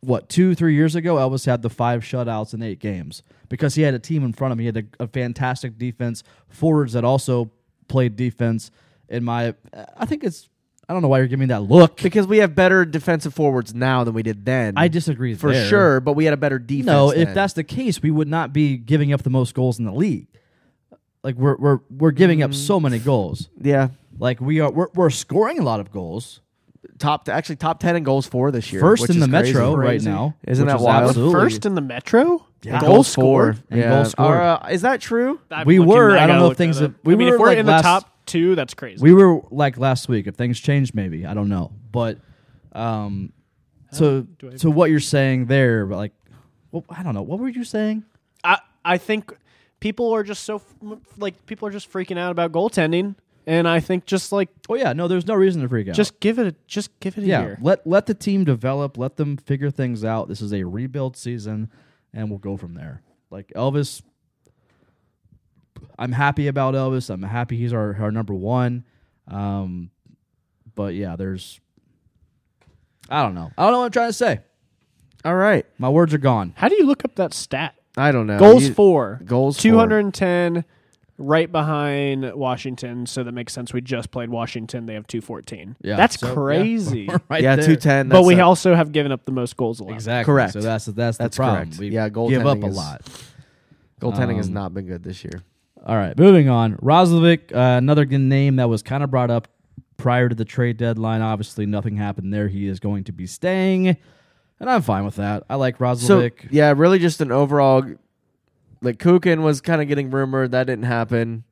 what two three years ago elvis had the five shutouts in eight games because he had a team in front of him he had a, a fantastic defense forwards that also played defense in my i think it's i don't know why you're giving me that look
Because we have better defensive forwards now than we did then.
i disagree
for
there.
sure, but we had a better defense.
no if
then.
that's the case we would not be giving up the most goals in the league like we're we're, we're giving
Mm.
up so many goals
yeah,
like we are we're, we're scoring a lot of goals
top actually top ten in goals for this year.
first
which
in
is
the
crazy.
metro right
Crazy.
now
Isn't
which
that
is
wild?
absolutely-
first in the metro.
Yeah.
Goal
Goals
scored?
for
And
yeah.
goals scored.
Are, uh, is that true?
I'm
We
looking-
were, I don't
gotta
know if
look that
things
up.
have- we
I mean,
were,
if we're
like,
in
last-
the top two, that's crazy.
we were like last week if things changed maybe i don't know but um to to what you're saying there but like well, i don't know what were you saying
I I think people are just so f- like people are just freaking out about goaltending, and I think just like
oh yeah no there's no reason to freak out
just give it a just give it a
yeah
year.
let let the team develop let them figure things out this is a rebuild season and we'll go from there like elvis i'm happy about elvis i'm happy he's our, our number one um but yeah there's i don't know i don't know what i'm trying to say
All right,
my words are gone
How do you look up that stat?
I don't know.
Goals
Uh, You-
for
goals for.
two hundred and ten, right behind Washington. So that makes sense. We just played Washington. They have two fourteen.
Yeah,
that's
so, yeah.
crazy.
right
Yeah,
there.
two ten.
but we also have given up the most goals allowed.
Exactly.
Correct.
So that's that's the
That's
problem.
correct.
We
Yeah,
give up
goaltending
a
is-
lot.
Goaltending has
Um,
not been good this year.
All right, moving on. Roslovic, uh, another good name that was kind of brought up prior to the trade deadline. Obviously, nothing happened there. He is going to be staying, and I'm fine with that. I like
So
Roslovic.
yeah, really just an overall. Like Kukin was kind of getting rumored that didn't happen.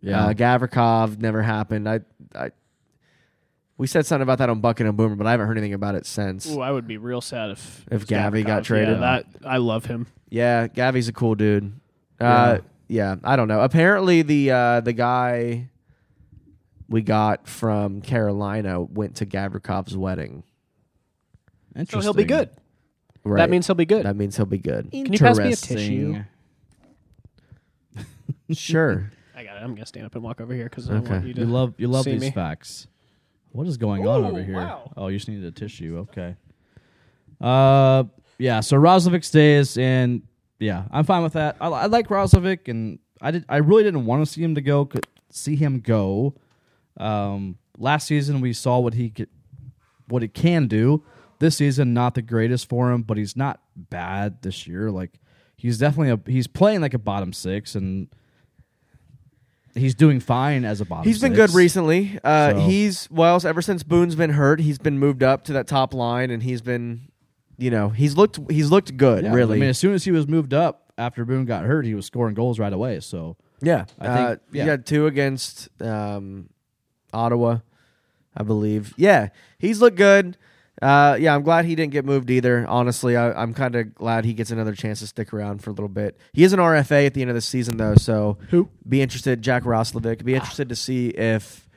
yeah,
uh, Gavrikov never happened. I, I, we said something about that on Bucket and Boomer, but I haven't heard anything about it since.
Ooh, I would be real sad if
If
it was
Gavi got
Gavrikov.
traded.
Yeah, that I love him.
Yeah, Gavi's a cool dude. Uh, yeah. I don't know. Apparently the uh, the guy we got from Carolina went to Gavrikov's wedding.
interesting.
So he'll be good.
Right.
That means he'll be good.
that means he'll be good.
Can you pass me a tissue?
Interesting.
sure.
I got it. I'm gonna stand up and walk over here because I
Okay.
want you to.
You love you love
See
these
me.
facts. What is going on over
Ooh,
here?
wow.
Oh, you just needed a tissue. Okay. Uh, yeah. So Roslovic stays, and yeah, I'm fine with that. I, I like Roslovic, and I did. I really didn't want to see him to go. Could see him go. Um, last season we saw what he could, what he can do. This season, not the greatest for him, but he's not bad this year. Like he's definitely a he's playing like a bottom six, and he's doing fine as a bottom.
He's been
six.
good recently. Uh,
So-
He's well ever since Boone's been hurt. He's been moved up to that top line, and he's been, you know, he's looked he's looked good.
Yeah,
really,
I mean, as soon as he was moved up after Boone got hurt, he was scoring goals right away. So
Yeah,
I
uh,
think- yeah.
he had two against um, Ottawa, I believe. Yeah, he's looked good. Uh, yeah, I'm glad he didn't get moved either. Honestly, I, I'm kind of glad he gets another chance to stick around for a little bit. He is an RFA at the end of the season, though, so
Who?
be interested. Jack Roslovic.
Ah.
Be interested to see if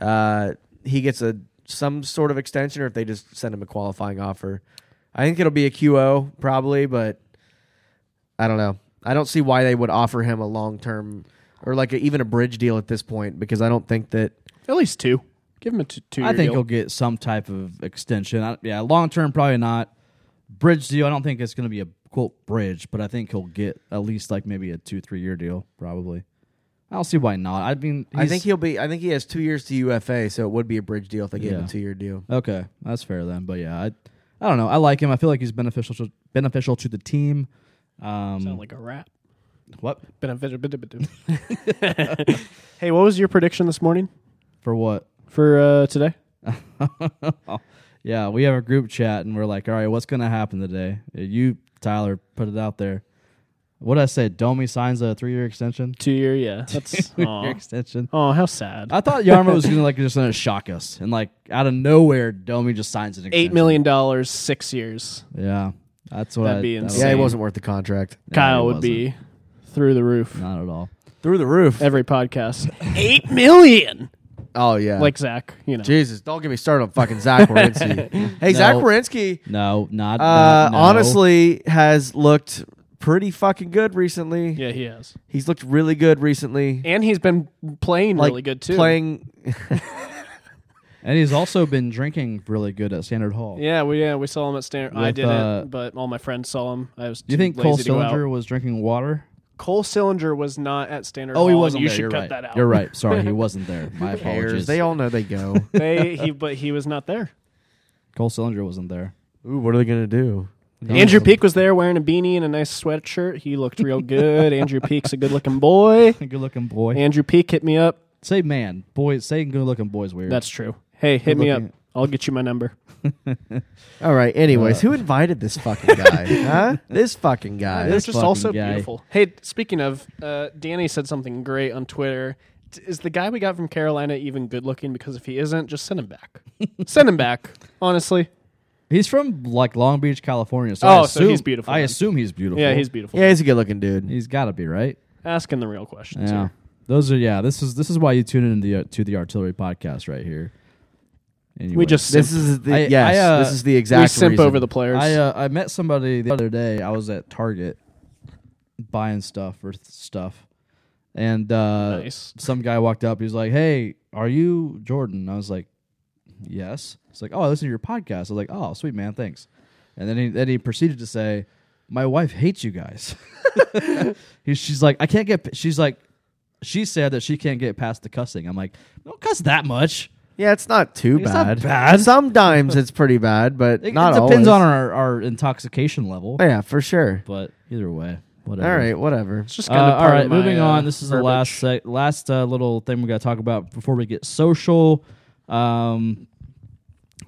uh, he gets a some sort of extension or if they just send him a qualifying offer. I think it'll be a QO probably, but I don't know. I don't see why they would offer him a long term or like a, even a bridge deal at this point because I don't think that.
At least two. Give him a two. two
I think he'll get some type of extension. I, yeah, long term probably not. Bridge deal. I don't think it's going to be a quote bridge, but I think he'll get at least like maybe a two three year deal probably. I don't see why not. I mean,
I think
he's-
he'll be. I think he has two years to UFA, so it would be a bridge deal if they gave him
Yeah.
a two year deal.
Okay, that's fair then. But yeah, I, I don't know. I like him. I feel like he's beneficial to, beneficial to the team. Um,
sound like a rap.
what
hey, what was your prediction this morning
for what?
for uh, today?
yeah, we have a group chat and we're like, all right, what's gonna happen today? You, Tyler, put it out there. What did I say? Domi signs a three year extension.
Two year, yeah. That's
Year
aw.
extension.
oh, how sad.
I thought Yarmo was gonna like just gonna shock us and like out of nowhere, Domi just signs an extension.
Eight million dollars, six years.
Yeah, that's what
That'd
I,
be
that
insane.
Yeah, he
Same.
wasn't worth the contract.
no,
Kyle
it
would be through the roof.
wasn't. not at all.
Through the roof.
Every podcast, eight million.
oh yeah.
Like Zach, you know.
Jesus, don't get me started on fucking Zach Wierenski. hey, Zach Wierenski,
No, not,
uh,
not- no.
honestly has looked pretty fucking good recently.
yeah, he has,
He's looked really good recently.
and he's been playing
Like,
really good too.
Playing
And he's also been drinking really good at Standard Hall.
Yeah, we yeah we saw him at Stanford. I
With,
didn't,
uh,
but all my friends saw him. I was.
Do you think
too
Cole
lazy to go out.
Sillinger was drinking water?
Cole Sillinger was not at Standard.
Oh, he
Hall,
wasn't
and You
there.
should
You're
cut
right.
that out.
You're right. Sorry, he wasn't there. My
pairs.
apologies.
They all know they go.
They, he, but he was not there.
Cole Sillinger wasn't there.
Ooh, what are they gonna do?
Andrew Peak was there wearing a beanie and a nice sweatshirt. He looked real good. Andrew Peak's a good-looking boy.
Good looking boy.
Andrew Peak hit me up.
say man, boy. Say good looking boy's weird.
That's true. Hey, hit me up.
Good-looking.
I'll get you my number.
All right. Anyways, who invited this fucking guy? huh? This fucking guy.
They're
This
just
fucking
also
guy.
beautiful. Hey, speaking of, uh, Danny said something great on Twitter. T- Is the guy we got from Carolina even good looking? Because if he isn't, just send him back. send him back. Honestly,
he's from like Long Beach, California. So I
Oh,
assume,
so he's beautiful
I
then.
assume he's beautiful.
yeah, he's beautiful.
yeah, he's a good looking dude.
he's got to be right.
Asking the real questions.
Yeah.
here.
Those are yeah. This is this is why you tune in the, uh, to the artillery podcast right here.
we
Anyway.
just
This
simp,
is the
I-
yes.
I, uh,
this is the
we
exact
simp
reason.
over the players.
I uh, I met somebody the other day. I was at Target buying stuff or th- stuff, and uh,
Nice.
some guy walked up. He's like, "Hey, are you Jordan?" I was like, "Yes." He's like, "Oh, I listen to your podcast." I was like, "Oh, sweet man, thanks." And then he then he proceeded to say, "My wife hates you guys." He- she's like, "I can't get." p-" She's like, she said that she can't get past the cussing. I'm like, "Don't cuss that much."
Yeah, it's not too
It's not
bad.
bad.
Sometimes it's pretty bad, but
It,
not
it depends on
always.
our, our intoxication level.
Yeah, for sure.
But either way, whatever.
All right, whatever.
it's just
Uh,
kind of
all right, moving on. This is the last sec- last uh, little thing we got to talk about before we get social. Um,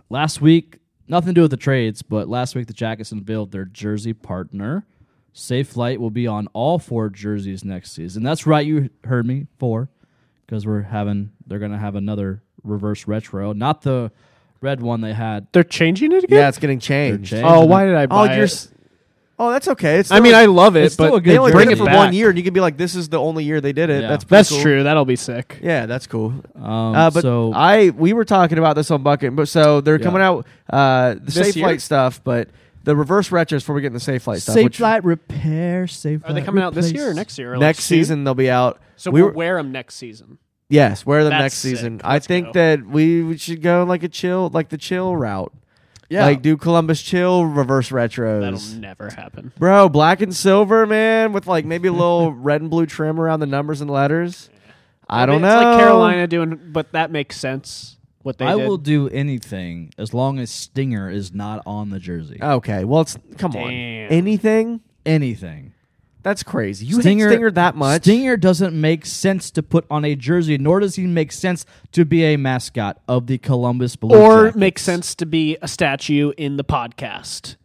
last week, nothing to do with the trades, but last week the Jackets unveiled their jersey partner. Safe Flight will be on all four jerseys next season. That's right, you heard me four, because we're having they're gonna have another reverse retro, not the red one they had.
They're changing it again.
Yeah, it's getting changed.
They're changed.
Oh, why did I
Oh,
buy
you're.
it?
s- Oh, that's okay. It's
I mean, I
still-
love it,
it's still
but
a good
they only
bring
did
it
it for
back.
one year, and you can be like, "This is the only year they did it."
Yeah.
That's pretty
That's
cool.
true. That'll be sick.
Yeah, that's cool.
Um,
Uh, but
so
I we were talking about this on Bucket, but so they're coming out uh, the safe
year?
flight stuff, but the reverse retros before we get in the safe flight stuff.
Safe
which
Flight repair. Safe.
Are they
Flight
coming out this
replace.
year or next year? Or like
next
soon?
season they'll be out.
So
we
we'll
were,
wear them next season.
yes, where the
That's
next
sick.
season. I
Let's
think
go.
that we we should go like a chill, like the chill route. Yeah, like do Columbus chill reverse retros.
That'll never happen.
Bro, black and silver, man, with like maybe a little red and blue trim around the numbers and letters. I don't
mean,
know.
It's like Carolina doing, but that makes sense. What they
I
did.
will do anything as long as Stinger is not on the jersey.
Okay, well, it's come on.
Damn.
Anything?
anything.
That's crazy. You hate Stinger that much?
Stinger doesn't make sense to put on a jersey, nor does he make sense to be a mascot of the Columbus Blue
or
Jackets.
makes sense to be a statue in the podcast.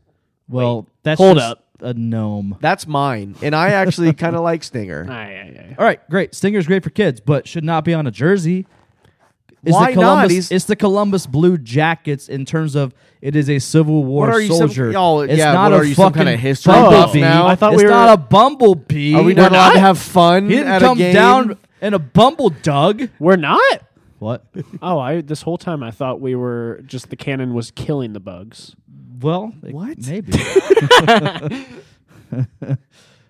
Well, that's
hold
just
up.
a gnome.
That's mine, and I actually kind of like Stinger.
Aye, aye, aye.
All right, great. Stinger's great for kids, but should not be on a jersey. is
Why not?
the Columbus,
He's-
It's the Columbus Blue Jackets in terms of it is a Civil War
What are you, some-
soldier.
y'all-
it's
yeah,
not
what
a
are you, some
fucking
kinda history buff
bumblebee.
now? I
thought
it's
we were-
not a bumblebee.
Are we not
We're
allowed to
not?
have fun
He didn't
at
come
a game?
down in a bumble dug.
We're not.
What?
Oh, I this whole time I thought we were just the cannon was killing the bugs.
Well,
What?
Maybe.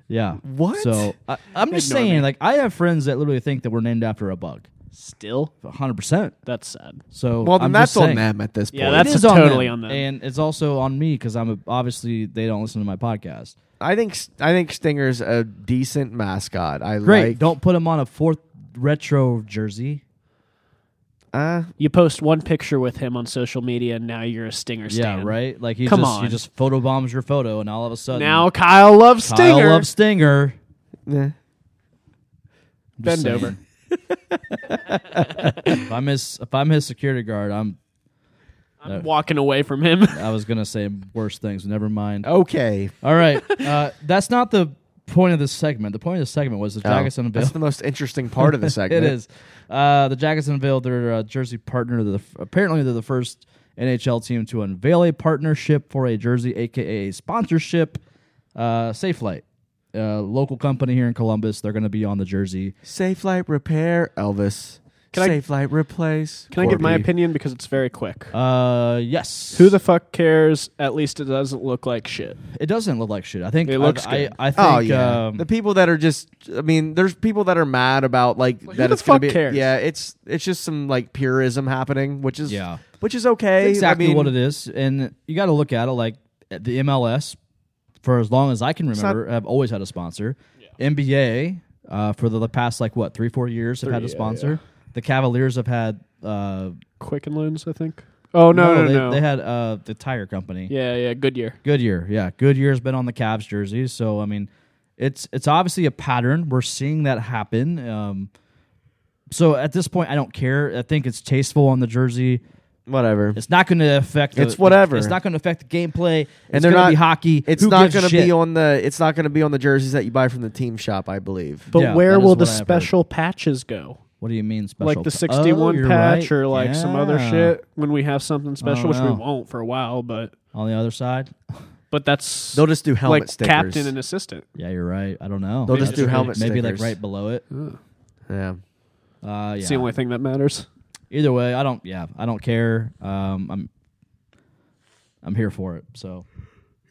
yeah.
What?
So I, I'm just
Ignore me.
saying, like, I have friends that literally think that we're named after a bug.
Still,
100. percent
that's sad.
So
Well, then
I'm
that's
just
on
saying.
them at this point.
Yeah, that's
It is
totally on them.
and it's also on me because I'm a, obviously they don't listen to my podcast.
I think I think Stinger's a decent mascot. I
Great,
like.
don't put them on a fourth retro jersey.
Uh,
You post one picture with him on social media, and now you're a Stinger.
Yeah,
stan.
right. Like he
Come
just he
on.
just photobombs your photo, and all of a sudden
Now Kyle loves
Kyle
Stinger.
loves Stinger.
eh.
Just
Bend
saying. if I'm his if I'm his security guard, I'm
I'm walking away from him.
I was gonna say worse things. Never mind.
Okay.
All right, uh, that's not the point of this segment. The point of this segment was the Jackets
Oh,
unveiled.
that's the most interesting part of the
It
segment.
is. Uh, the Jackets unveiled their uh, jersey partner. The, apparently, they're the first NHL team to unveil a partnership for a jersey, aka a sponsorship. Uh, Safe Flight, uh, local company here in Columbus, they're going to be on the jersey.
Safe light repair, Elvis.
Can I-
Safe light replace.
Can I give my
Corby.
opinion because it's very quick?
Uh, yes.
Who the fuck cares? At least it doesn't look like shit.
It doesn't look like shit. I think
It looks
I,
good.
I, I think.
Oh yeah,
um,
the people that are just. I mean, there's people that are mad about like
Like, who
that.
the
it's gonna
fuck
be,
cares?
Yeah, it's it's just some like purism happening, which is
Yeah.
which is okay.
exactly
I mean,
what it is, and you got to look at it like at the MLS. For as long as I can
not-
remember, have always had a sponsor. NBA uh, for the, the past like what three four years have had a
Three, yeah,
sponsor. The Cavaliers have had uh,
Quick and Loans, I think. Oh no, no, no.
they, they had uh, the tire company.
yeah, yeah. Goodyear.
Goodyear, yeah, Goodyear's been on the Cavs jerseys, so I mean, it's it's obviously a pattern. We're seeing that happen. Um, so at this point, I don't care. I think it's tasteful on the jersey.
Whatever.
It's not going to affect. The,
It's whatever.
It's not going to affect the gameplay. It's
and they're
going to
not
be hockey.
It's
Who
not
gives a
gonna be
shit?
on the. It's not going to be on the jerseys that you buy from the team shop, I believe.
But
Yeah, that
where
is
will the
what I've heard.
special patches go?
What do you mean special?
Like the
pa-
61
Oh, you're
patch
right.
or like some other
Yeah.
shit when we have something special, which we
know.
won't for a while, but
on the other side.
but that's
They'll just do helmet
like
stickers.
captain and assistant.
Yeah, you're right. I don't know.
They'll
Maybe
just do helmet
maybe like
stickers.
right below it.
yeah.
Uh,
It's the
yeah.
only thing that matters.
Either way, I don't. Yeah, I don't care. Um, I'm I'm here for it. So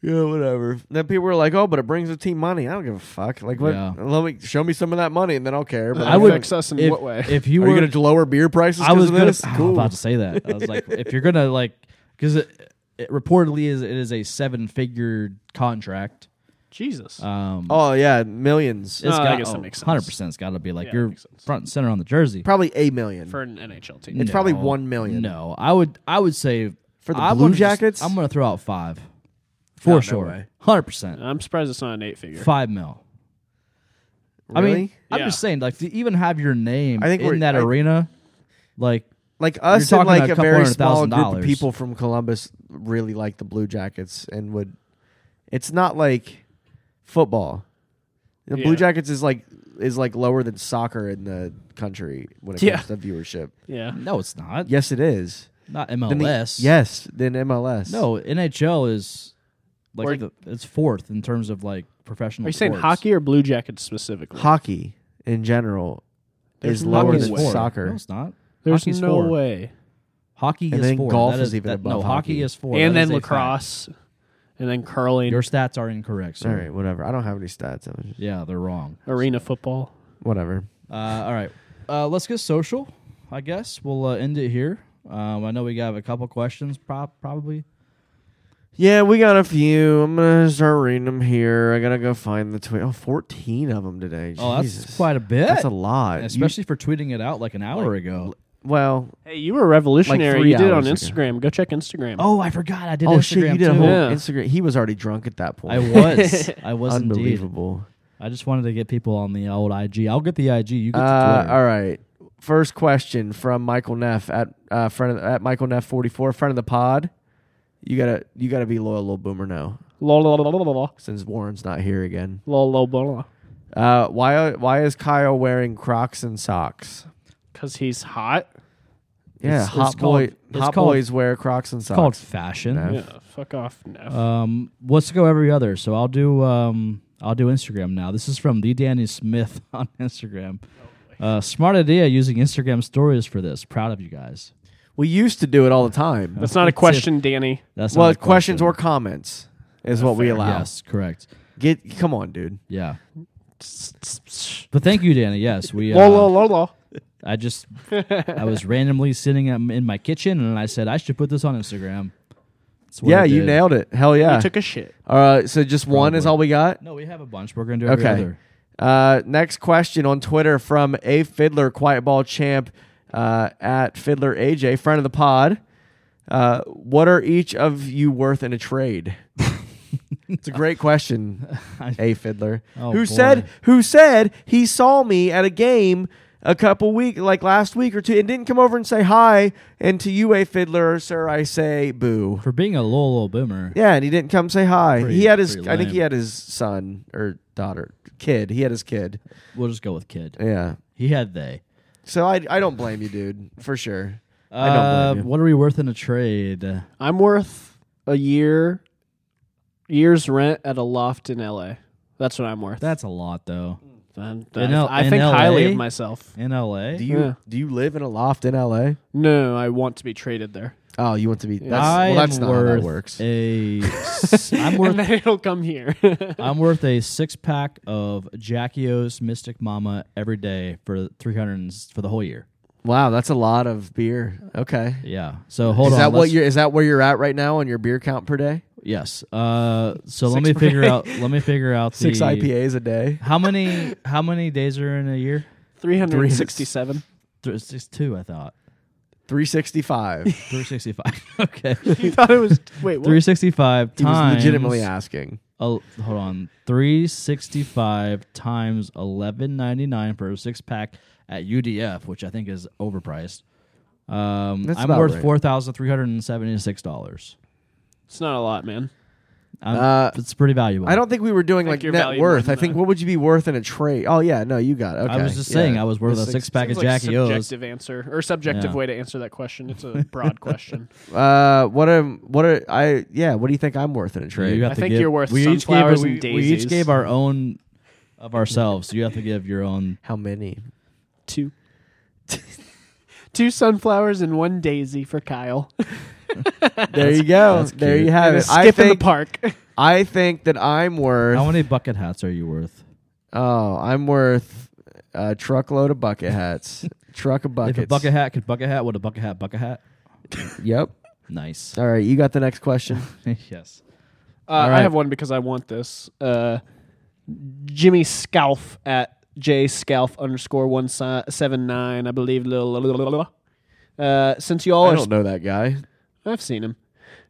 Yeah, whatever. Then people were like, "Oh, but it brings the team money." I don't give a fuck. Like, what?
Yeah.
Let me show me some of that money, and then I'll care. But
I
I'm
would-
like,
affects us in
if,
what way?
If you
Are you
were
going to lower beer prices?
I was
'cause of
gonna,
this?
I was
Cool.
about to say that. I was like, if you're gonna like, because it, it reportedly is it is a seven figure contract.
Jesus.
Um,
Oh yeah, millions.
Uh,
it's
I
got,
guess that makes sense.
Hundred percent, it's got to be like
Yeah, that
you're
makes sense.
front and center on the jersey.
probably a million.
for an NHL team.
it's
No.
probably one million.
No, I would, I would say
For the
I
Blue
wanna just-
Jackets?
I'm gonna throw out five for
no
sure,
way.
hundred percent,
I'm surprised it's not an eight figure.
five mil.
Really?
I mean, I'm
Yeah.
just saying, like to even have your name
I think we're-
in that
I-
arena, like
like us
You're
and
talking
like
a
a
couple
very
hundred
small
thousand
group of
dollars.
people from Columbus really like the Blue Jackets and would. It's not like football. The Blue
Yeah.
Jackets is like is like lower than soccer in the country when it
Yeah.
comes to viewership.
Yeah.
no, it's not.
Yes, it is.
Not
Then the-
MLS.
yes, then MLS.
No, NHL is like
Or-
the, it's fourth in terms of like professional.
Are you saying
sports.
hockey or Blue Jackets specifically?
hockey in general
There's
is
no
lower
way.
than
Hockey's
four.
soccer.
No, it's not.
There's
Hockey's
no
four.
way.
Hockey
And
is
then
four.
golf
That
is even
that- No,
above
hockey
hockey.
is four.
and
That is
then
a fact.
lacrosse, and then curling,
Your stats are incorrect. So
All right, whatever. I don't have any stats. I was just-
yeah, they're wrong.
arena football.
Whatever.
Uh, all right, uh, let's get social. I guess we'll uh, end it here. Um, I know we got a couple questions, prob- probably.
Yeah, we got a few. I'm gonna start reading them here. I gotta go find the tweet. Oh, 14 of them today.
Oh, that's
Jesus.
quite a bit.
That's a lot. You-
especially for tweeting it out like an hour ago.
well,
Hey, you were revolutionary.
three
you did it on
hours ago.
Instagram. Go check Instagram.
Oh, I forgot. I did.
oh
Instagram
shit, you did a
too.
whole
Yeah.
Instagram. He was already drunk at that point.
I was. I was indeed.
unbelievable.
I just wanted to get people on the old IG. I'll get the IG. You get the
Uh,
Twitter.
all right. First question from Michael Neff at uh, friend of, at Michael Neff 44, friend of the pod. You gotta you gotta be loyal, little boomer. Now,
La, la, la, la, la, la.
since Warren's not here again.
La, la, la, la.
Uh, why why is Kyle wearing Crocs and socks?
Because he's hot.
Yeah,
It's-
hot
it's
boy,
called- it's
hot
called-
boys wear Crocs and socks.
called fashion.
No.
Yeah, fuck off. No.
Um, let's go every other. So I'll do um, I'll do Instagram now. This is from the Danny Smith on Instagram.
Oh,
Uh, smart idea using Instagram stories for this. Proud of you guys.
We used to do it all the time.
That's not a
That's it.
question, Danny.
That's
well,
not a
questions
question.
or comments is what we allow.
Yes, correct.
Get come on, dude.
Yeah, but thank you, Danny. Yes, we. Uh,
Lo, lo, lo, lo.
I just I was randomly sitting um, in my kitchen and I said I should put this on Instagram. That's what
yeah,
I
you
did.
nailed it. Hell yeah.
Ah.
You took a shit.
all right, so just one is all we got.
No, we have a bunch. We're gonna do every
Okay.
other.
Uh, next question on Twitter from a fiddler, quiet ball champ uh, at fiddler AJ, friend of the pod. Uh, what are each of you worth in a trade? it's a great question, a fiddler,
Oh,
who
boy.
said who said he saw me at a game a couple week like last week or two and didn't come over and say hi. And to you, a fiddler, sir, I say boo.
For being a little little boomer,
Yeah, and he didn't come say hi.
Pretty-
he had his,
pretty
I think
lame.
he had his son or daughter, kid. He had his kid.
we'll just go with kid.
Yeah.
He had they.
So I, I don't blame you, dude, for sure. I don't
Uh,
blame you.
what are we worth in a trade?
I'm worth a year, year's rent at a loft in L.A. That's what I'm worth.
That's a lot, though.
I'm-
In
I-
L-
I
in
think highly
LA?
of myself.
In LA,
Do you
Yeah.
do you live in a loft in L.A.?
No, I want to be traded there.
Oh, you want to be? That's,
I
well, that's
am
not
worth
how that works.
a. s- I'm
And
worth.
then it'll come here.
I'm worth a six pack of Jackie O's Mystic Mama every day for three hundred for the whole year.
wow, that's a lot of beer. Okay,
Yeah. So hold
is
on.
that what
let's-
you're? Is that where you're at right now on your beer count per day?
Yes. Uh, so let me figure out. Let me figure out the,
Six IPAs a day.
How many? How many days are in a year?
367.
Th- it's just two, I thought.
Three sixty-five. he
Three sixty-five. okay.
you thought it was wait what?
Three sixty-five
was
times.
legitimately asking.
Oh, hold on. Three sixty-five times eleven ninety-nine for a six-pack at UDF, which I think is overpriced. Um,
That's
I'm
about
worth
right.
four thousand three hundred and seventy-six dollars.
It's not a lot, man.
Uh,
It's pretty valuable.
I don't think we were doing
think
like
you're
net
valued
worth.
more
I
than
think
that.
what would you be worth in a trade? Oh yeah, no, you got. It. Okay,
I was just saying
yeah.
I was worth a
Six-
six-pack
It's
of
like a
Jackie O's.
subjective answer or subjective
Yeah.
way to answer that question. It's a broad question.
Uh, what am? What are I? Yeah, what do you think I'm worth in a trade?
You have
I
to
think
give-
you're worth
we each gave,
sunflowers
we,
and
we each
daisies.
gave our own of ourselves. So you have to give your own.
How many?
Two. Two sunflowers and one daisy for Kyle.
There you go.
that's
There
cute.
you have
And a
it.
skip
I
in the
think
park. Uh,
I think that I'm
How
worth.
many bucket hats are you worth?
Oh, I'm worth a truckload of bucket hats. Truck of buckets.
If a bucket hat could bucket hat, would a bucket hat bucket hat?
Yep.
Nice.
All right, you got the next question.
yes.
Uh,
right.
I have one because I want this. Uh, Jimmy Scalf at J Scalf underscore one si- seven nine, I believe. la- la- la- la- la. Uh, since y'all
I
are,
don't know that guy.
I've seen him.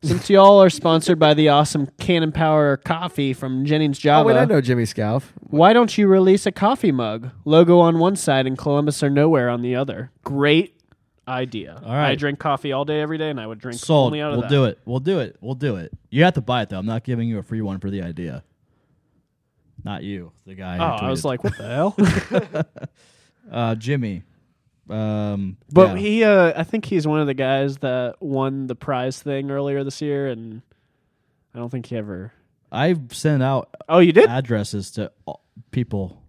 Since y'all are sponsored by the awesome Cannon Power coffee from Jennings
Oh,
Java,
wait, I know Jimmy Scalf.
why don't you release a coffee mug logo on one side and Columbus or nowhere on the other? Great idea. All
right.
I drink coffee all day every day, and I would drink
Sold.
only out of
We'll
that.
do it. We'll do it. We'll do it. You have to buy it though. I'm not giving you a free one for the idea. Not you, the guy. who
Oh, I was
tweeted.
like, what the hell?
uh, Jimmy. Um,
But
yeah.
he, uh, I think he's one of the guys that won the prize thing earlier this year, and I don't think he ever.
I sent out
Oh, you did?
addresses to all- people.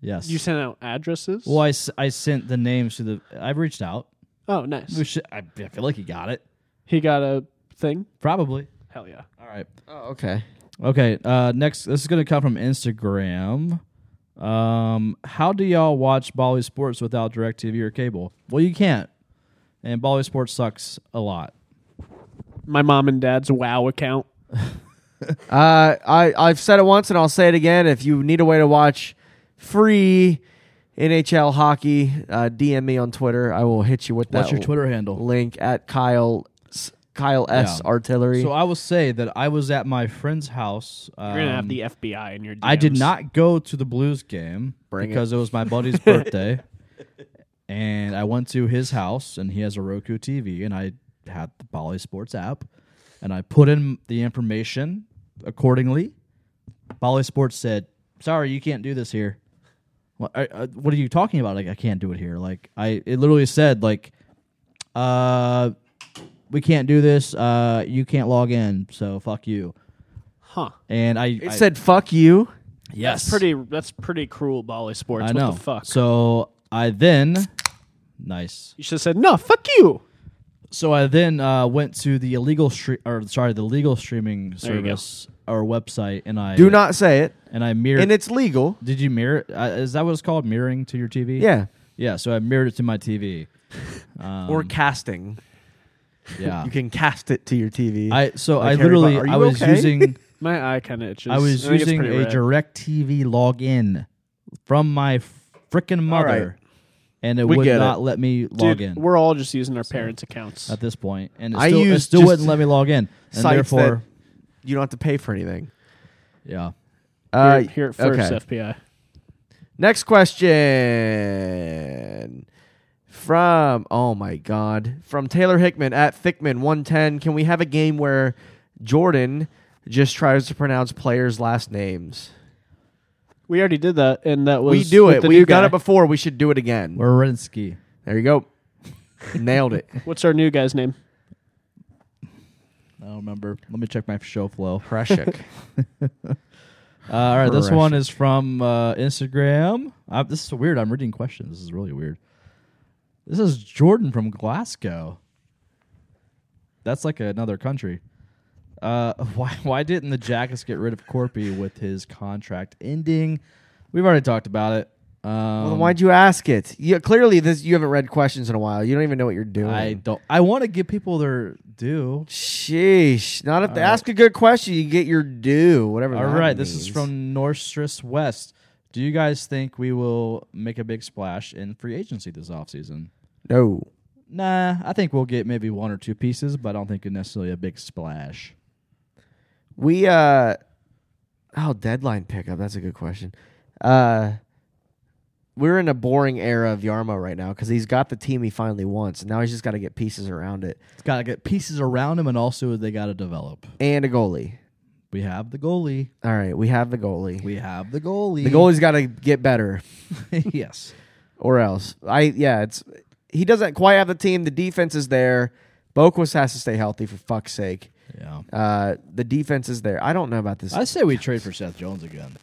Yes.
you sent out addresses?
Well, I, s- I sent the names to the. I've reached out.
Oh,
We
nice.
should, I, I feel like he got it.
He got a thing.
Probably.
Hell yeah!
All right.
Oh, okay.
Okay. Uh, next, this is going to come from Instagram. Um, how do y'all watch Bally Sports without DirecTV or cable? Well, you can't. And Bally Sports sucks a lot.
My mom and dad's Wow account.
Uh, I I've said it once and I'll say it again. If you need a way to watch free NHL hockey, uh, DM me on Twitter. I will hit you with
What's
that
your Twitter handle?
link at Kyle S- Kyle S
Yeah.
Artillery.
So I will say that I was at my friend's house.
You're gonna have
um,
the FBI in your. DMs.
I did not go to the Blues game
Bring it.
because it. was my buddy's birthday, and I went to his house, and he has a Roku TV, and I had the Bally Sports app, and I put in the information accordingly. Bally Sports said, "Sorry, you can't do this here." What, I, I, what are you talking about? Like, I can't do it here. Like, I it literally said like uh, we can't do this. Uh, you can't log in, so fuck you.
Huh.
And I,
It
I-
said "fuck you."
yes,
Pretty. That's pretty cruel, Bali Sports.
I know.
What the fuck?
So I then, nice.
you should have said no. Fuck you.
So I then uh, went to the illegal stre- or sorry, the legal streaming
There you go.
service or website, and I
Do not say it,
and I mirrored.
and it's legal.
did you mirror? Uh, is that what it's called? Mirroring to your TV?
Yeah,
Yeah. So I mirrored it to my TV.
Um,
or casting.
Yeah.
uh,
You can cast it to your TV.
I so
Like
I
Harry
literally
Potter.
I
Are you
was
okay?
using
My eye kind of itches.
I was
think it's
using
pretty
a
red.
direct TV login from my frickin' mother, and it
We
would
get
not
it.
let me
Dude,
log in
we're all just using our parents' accounts.
at this point, and it
I
still, it
use
still
just
wouldn't let me log in, and
Sites that
therefore,
you don't have to pay for anything.
yeah.
Uh,
here, here at first
okay.
FPI.
Next question from oh my god from Taylor Hickman at Thickman one ten. Can we have a game where Jordan just tries to pronounce players' last names?
We already did that, and that was
We do
with
it.
the
We've
new
done
guy.
it before. We should do it again.
Warinsky.
there you go. Nailed it.
What's our new guy's name?
I don't remember. Let me check my show flow.
Prashik.
Uh, all right, this
Correction.
one is from uh, Instagram. Uh, this is weird. I'm reading questions. This is really weird. This is Jordan from Glasgow. That's like another country. Uh, why why didn't the Jackets get rid of Corpy with his contract ending? We've already talked about it. Um,
well, why'd you ask it? You, clearly, this you haven't read questions in a while. You don't even know what you're doing.
I don't. I want to give people their due.
Sheesh. Not if they ask a good question, you get your due. Whatever.
All
that
right, this is
means.
from Norstress West. Do you guys think we will make a big splash in free agency this offseason?
no.
Nah, I think we'll get maybe one or two pieces, but I don't think it's necessarily a big splash.
We uh oh deadline pickup. That's a good question. Uh we're in a boring era of Yarmo right now because he's got the team he finally wants, and now he's just got to get pieces around it
It's got to get pieces around him, and also they got to develop.
and a goalie.
We have the goalie.
All right, we have the goalie.
We have the goalie.
the goalie's got to get better,
yes.
or else I yeah it's he doesn't quite have the team. The defense is there. Boquist has to stay healthy for fuck's sake.
Yeah.
Uh, the defense is there. I don't know about this.
I say we trade for Seth Jones again.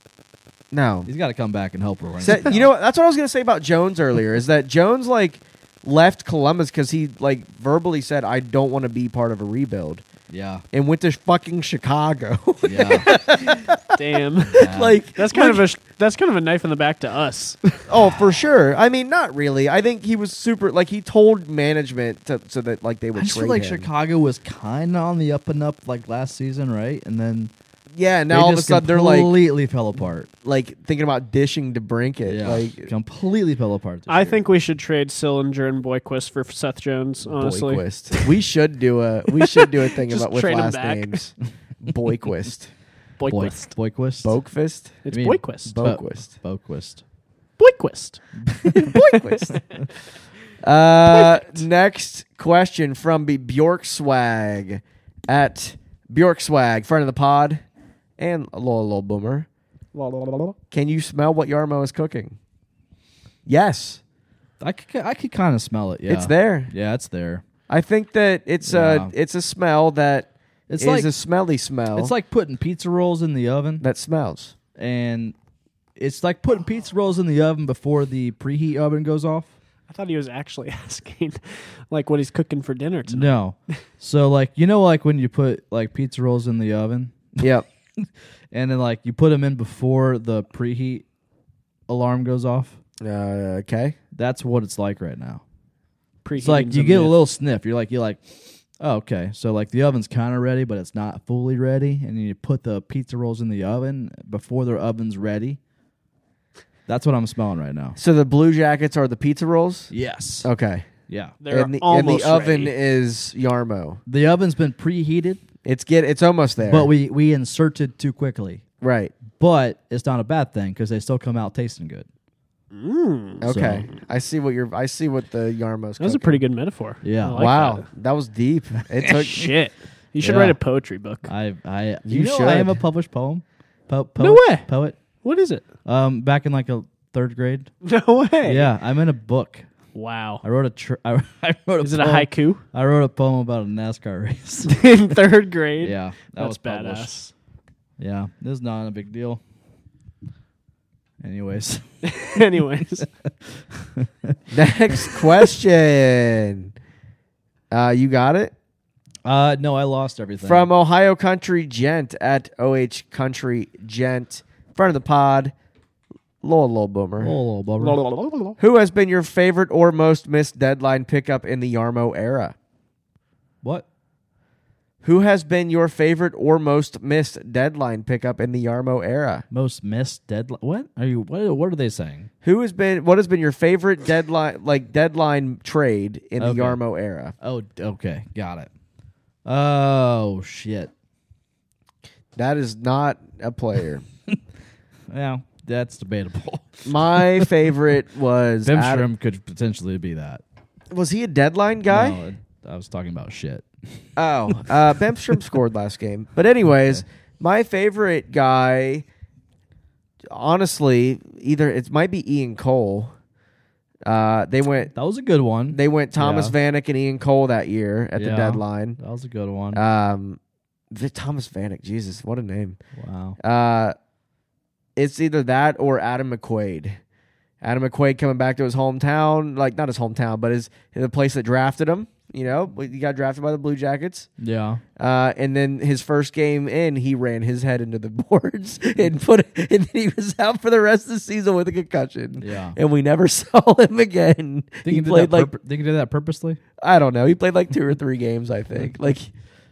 no,
He's got to come back and help. Lorenzo
So, you know what? That's what I was gonna say about Jones earlier. Is that Jones like left Columbus because he like verbally said, "I don't want to be part of a rebuild,"
Yeah.
and went to fucking Chicago.
Yeah.
Damn.
like
That's kind of a sh- that's kind of a knife in the back to us.
oh, for sure. I mean, not really. I think he was super. Like he told management to, so that like they would
I just
trade
feel like
him.
Chicago was kind of on the up and up like last season, right? And then
Yeah.
they
Now all of a
just
sudden they're like
completely fell apart.
like thinking about dishing to Brinket.
Yeah,
Like
completely fell apart. this
I
year.
think we should trade Sillinger and Boyquist for Seth Jones. Honestly,
Boyquist. we should do a we should do a thing
Just
about with
trade him
last
back.
names. Boyquist.
Boy-
Boyquist.
Boyquist.
Boakfist.
It's
You mean-
Boyquist.
Bo-
Boquist.
Boquist.
Boyquist.
Uh, next question from B- Bjork Swag at Bjork Swag, friend of the pod, and a little, little boomer. Can you smell what Yarmo is cooking? Yes,
I could, I could kind of smell it. Yeah,
it's there.
Yeah, it's there.
I think that it's
Yeah.
a it's a smell that
It's
is
like-
a smelly smell.
It's like putting pizza rolls in the oven,
that smells.
and it's like putting pizza rolls in the oven before the preheat oven goes off.
I thought he was actually asking, like, what he's cooking for dinner tonight.
No, so like you know, like when you put like pizza rolls in the oven,
Yep.
and then like you put them in before the preheat alarm goes off.
Uh, okay.
That's what it's like right now.
Preheating's
It's like you
a
get a
myth.
little sniff. You're like you're like, oh, okay. So like the oven's kind of ready, but it's not fully ready. And then you put the pizza rolls in the oven before the oven's ready. That's what I'm smelling right now.
So the blue jackets are the pizza rolls.
Yes.
Okay.
Yeah.
They're
and the, and
almost
the oven
ready.
is Yarmo.
The oven's been preheated,
It's get it's almost there.
but we we inserted too quickly.
right.
But it's not a bad thing because they still come out tasting good.
Okay, I see what you're. I see what the Yarmo's.
That was a
cooking.
pretty good metaphor.
Yeah.
I like
wow,
that.
that. was deep. It took.
Shit. You should
Yeah.
write a poetry book.
I I
You
know I am a
should.
published poem. Po- poet,
No way.
Poet.
What is it?
Um, back in like a third grade.
No way.
Yeah, I'm in a book.
Wow.
I wrote a tr- I, I wrote a
Is it a
poem-
haiku?
I wrote a poem about a NASCAR race.
In third grade.
yeah, that was
That's
published.
badass.
Yeah, this is not a big deal. Anyways,
Anyways,
Next question. Uh, you got it?
uh, no, I lost everything.
From Ohio Country Gent at OH Country Gent. Front of the pod. Lol, lol, boomer.
oh, little bummer.
Who has been your favorite or most missed deadline pickup in the Yarmo era?
what?
Who has been your favorite or most missed deadline pickup in the Yarmo era?
Most missed deadline? What are you? What, what are they saying?
Who has been what has been your favorite deadline like deadline trade in
Okay.
the Yarmo era?
Oh, d- okay, got it. Oh shit.
That is not a player.
Yeah, that's debatable.
My favorite was
Bim
Adam-
Shrimp could potentially be that.
was he a deadline guy?
No, I was talking about shit.
Oh, uh, Bemstrom scored last game. But anyways, my favorite guy, honestly, either it might be Ian Cole. Uh, they went
That was a good one.
they went Thomas
Yeah.
Vanek and Ian Cole that year at the
Yeah.
deadline.
that was a good one.
Um, the Thomas Vanek, Jesus, what a name.
wow.
Uh, it's either that or Adam McQuaid. Adam McQuaid coming back to his hometown, like not his hometown, but his the place that drafted him. You know, he got drafted by the Blue Jackets.
Yeah.
Uh, and then his first game in, he ran his head into the boards and put, and then he was out for the rest of the season with a concussion.
Yeah.
and we never saw him again.
Think
he
he,
played
did that
like
purpo- think he did that purposely?
I don't know. He played like two or three games, I think. Like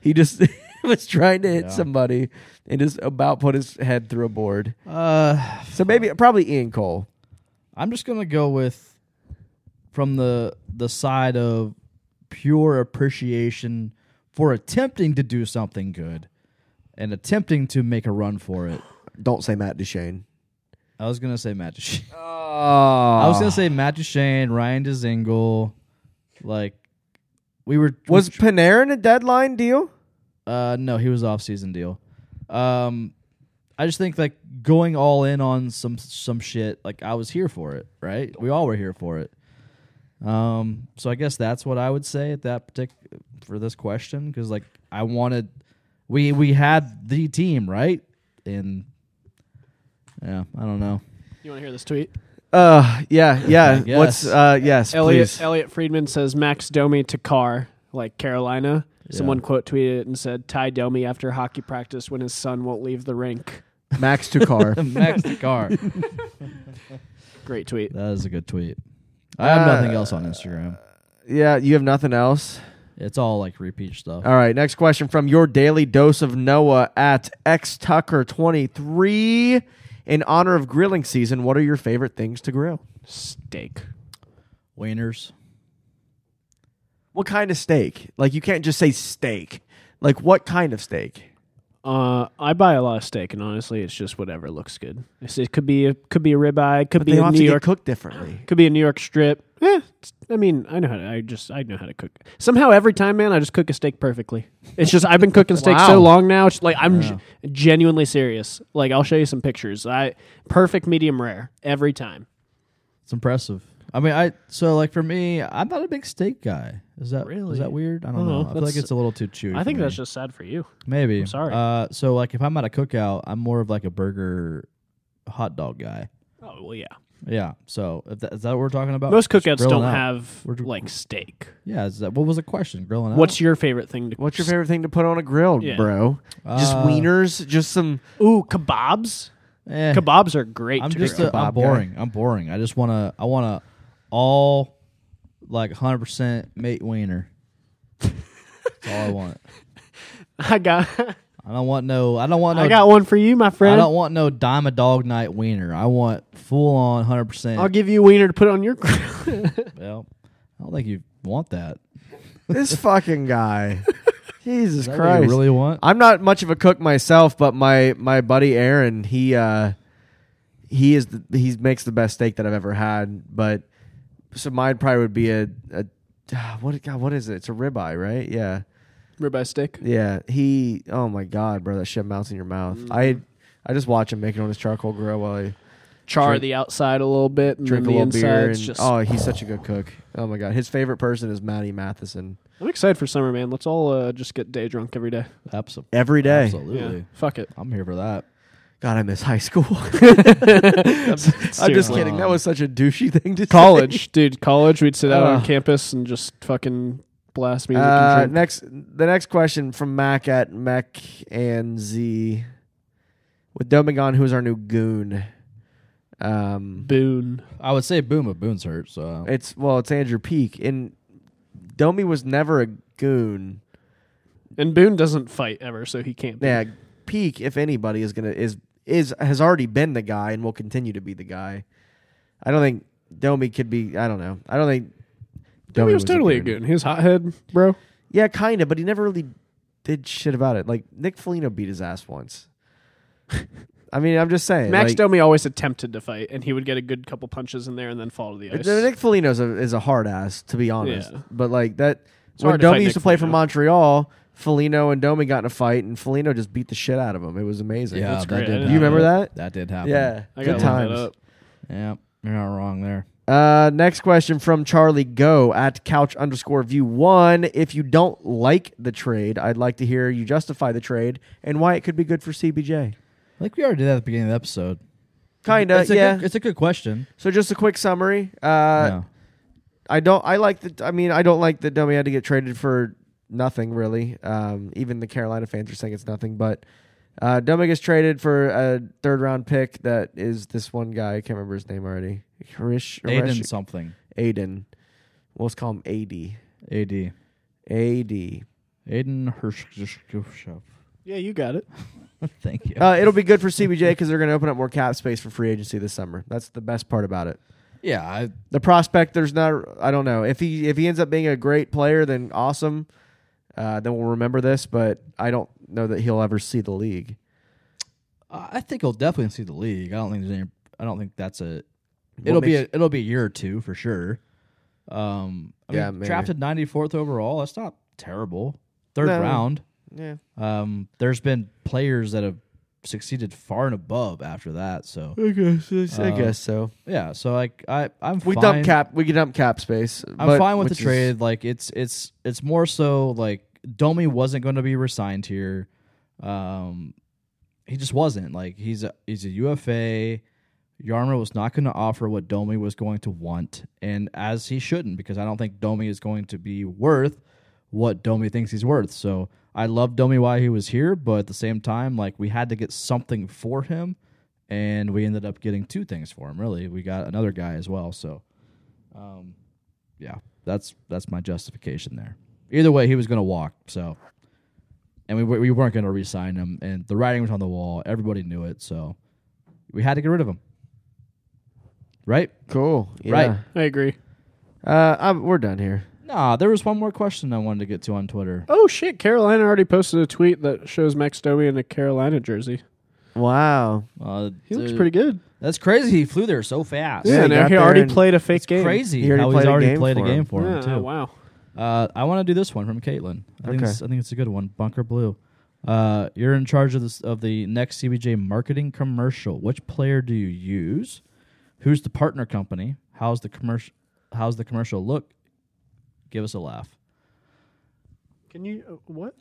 he just was trying to hit
Yeah.
somebody and just about put his head through a board.
Uh,
So maybe probably Ian Cole.
I'm just gonna go with from the the side of pure appreciation for attempting to do something good and attempting to make a run for it.
Don't say Matt Duchene.
I was gonna say Matt Duchene.
Oh,
I was gonna say Matt Duchene, Ryan Dezingle, like we were
was Panarin a deadline deal?
Uh, no, he was off season deal. Um, I just think like going all in on some some shit. Like I was here for it, right? We all were here for it. Um, so I guess that's what I would say at that particular for this question because like I wanted, we we had the team right, and yeah, I don't know.
you want to hear this tweet?
Uh, yeah, yeah.
I
What's
guess.
uh, yes,
Elliot
please.
Elliot Friedman says Max Domi to Carr, like Carolina. Someone quote tweeted it and said Ty Domi after hockey practice when his son won't leave the rink.
Max Tukar.
Max the car.
Great tweet.
That is a good tweet. I have nothing else on Instagram.
yeah, you have nothing else.
It's all like repeat stuff.
All right, next question from your daily dose of Noah at X Tucker twenty three. In honor of grilling season, what are your favorite things to grill?
Steak.
Wieners.
What kind of steak? Like you can't just say steak. Like what kind of steak?
Uh, I buy a lot of steak, and honestly, it's just whatever looks good. It's- it could be a could be a ribeye, it could
They
be a
have
New
to get
York,
cooked differently.
could be a New York strip. Eh, it's- I mean, I know how to. I just I know how to cook. Somehow, every time, man, I just cook a steak perfectly. It's just I've been cooking steak so
Wow.
long now. It's like I'm g- genuinely serious. Like I'll show you some pictures. I perfect medium rare every time.
It's impressive. I mean, I so like for me, I'm not a big steak guy. Is that really? Is that weird? I don't know. I feel like
Uh-huh. That's-
it's a little too chewy.
I
for
think
me.
that's just sad for you.
maybe.
sorry.
Uh, so like if I'm at a cookout, I'm more of like a burger, hot dog guy.
Oh well, yeah.
Yeah. So if that, is that what we're talking
Oh,
about?
Most
Just
cookouts
grilling
don't
out.
have
We're-
like steak.
Yeah. Is that what was the question? Grilling out.
What's your favorite thing to?
What's your favorite thing to put on a grill,
Yeah.
bro? Just
Uh,
wieners, just some
Ooh, kebabs.
Eh,
Kebabs are great.
I'm
to
just
grill.
a, I'm
Kebab guy.
boring. I'm boring. I just wanna I wanna all like 100 percent mate wiener. that's all I want.
I got
I don't want no. I don't want no.
I got one for you, my
I
friend.
don't want no dime a dog night wiener. I want full on hundred
I'll
percent.
give you a wiener to put on your grill.
Well, I don't think you want that.
this fucking guy. Jesus
Is that what
Christ.
you really want?
I'm not much of a cook myself, but my my buddy Aaron, he uh he is the, he makes the best steak that I've ever had, but so mine probably would be a, a what God, what is it? It's a ribeye, right? Yeah.
Ribeye steak.
Yeah, he.
Mm-hmm.
Oh my God, bro, that shit melts in your mouth. I, I just watch him make it on his charcoal grill while he
char the outside a little bit and
drink a
then the
little
inside.
beer.
It's
and-
just,
oh, he's such a good cook. Oh my god, his favorite person is Maddie Matheson.
I'm excited for summer, man. Let's all uh, just get day drunk every day.
Absolutely.
Every day.
Absolutely.
Yeah. Fuck it.
I'm here for that.
God, I miss high school. I'm just
Seriously.
kidding. That was such a douchey thing to say.
College, dude. College. We'd sit out
Uh.
on campus and just fucking blast music.
Uh,
and drink.
next, the next question from Mac at Mac and Z with Domingon, who's our new goon. Um,
Boone.
I would say boom, but Boone's hurt. So
it's well, it's Andrew Peak, and Domi was never a goon.
And Boone doesn't fight ever, so he can't. be.
Yeah, Peak, if anybody is gonna is is has already been the guy and will continue to be the guy. I don't think Domi could be. I don't know. I don't think
He was totally a goon. He was hothead, bro.
Yeah, kind of, but he never really did shit about it. Like Nick Foligno beat his ass once. I mean, I'm just saying.
Max
like,
Domi always attempted to fight, and he would get a good couple punches in there and then fall to the ice.
Nick Foligno's a, is a hard ass, to be honest.
Yeah.
But like that, when
hard to fight
Domi used
Nick
to play for
Foligno.
Montreal, Foligno and Domi got in a fight, and Foligno just beat the shit out of him. It was amazing.
yeah, that
great. I
did.
didn't
you remember
happen.
that?
That did happen.
Yeah,
I
good
gotta look that
times.
up.
Yeah. You're not wrong there.
Uh, next question from Charlie Go at couch underscore view one. If you don't like the trade, I'd like to hear you justify the trade and why it could be good for CBJ.
I think we already did that at the beginning of the episode.
Kind of,
it's a
yeah.
Good, it's a good question.
So just a quick summary. Uh,
yeah.
I don't. I like the. I mean, I don't like that Domi had to get traded for nothing really. Um, even the Carolina fans are saying it's nothing. But uh, Domi gets traded for a third round pick that is this one guy. I can't remember his name already. Harish,
Aiden
Harish-
something.
Aiden. Well, let's call him AD.
AD.
AD.
Aiden Hershkovshev.
Yeah, you got it.
Thank you.
Uh, it'll be good for CBJ because they're going to open up more cap space for free agency this summer. That's the best part about it.
yeah. I,
the prospect there's not i don't know if he if he ends up being a great player then awesome uh, then we'll remember this but i don't know that he'll ever see the league
I think he'll definitely see the league. I don't think there's any. I don't think that's a. it'll be a,
makes-
it'll be a year or two for sure. Um, I
Yeah,
mean,
maybe.
drafted 94th overall. That's not terrible. Third
No.
round.
yeah
Um, there's been players that have succeeded far and above after that. So
i guess i guess so
yeah, so like I I'm
we
Uh, fine.
dump cap we can dump cap space
I'm
but-
fine with the
which is-
trade. like it's it's it's more so like Domi wasn't going to be resigned here. Um, he just wasn't. Like he's a, he's a UFA. Yarmer was not going to offer what Domi was going to want, and as he shouldn't, because I don't think Domi is going to be worth what Domi thinks he's worth. So I love Domi why he was here, but at the same time, like we had to get something for him, and we ended up getting two things for him. Really, we got another guy as well. So yeah, that's that's my justification there. Either way, he was going to walk. So, and we we weren't going to re-sign him, and the writing was on the wall. Everybody knew it, so we had to get rid of him. Right?
cool yeah.
Right.
I agree.
uh, I'm, we're done here
Nah, there was one more question I wanted to get to on Twitter.
Oh shit! Carolina already posted a tweet that shows Max Domi in a Carolina jersey.
wow
Uh,
He looks
dude,
pretty good.
That's crazy. He flew there so fast.
Yeah,
Yeah,
he
no,
got
he
there
already
and-
played a fake game.
Crazy
He already
how
played
he's
a
already
game
played
for
a game
him.
for him,
Yeah,
too.
wow.
Uh, I want to do this one from Caitlin. I think
Okay.
it's, I think it's a good one. Bunker Blue. Uh, you're in charge of this of the next CBJ marketing commercial. Which player do you use? Who's the partner company? How's the commercial? How's the commercial look? Give us a laugh.
Can you uh, what?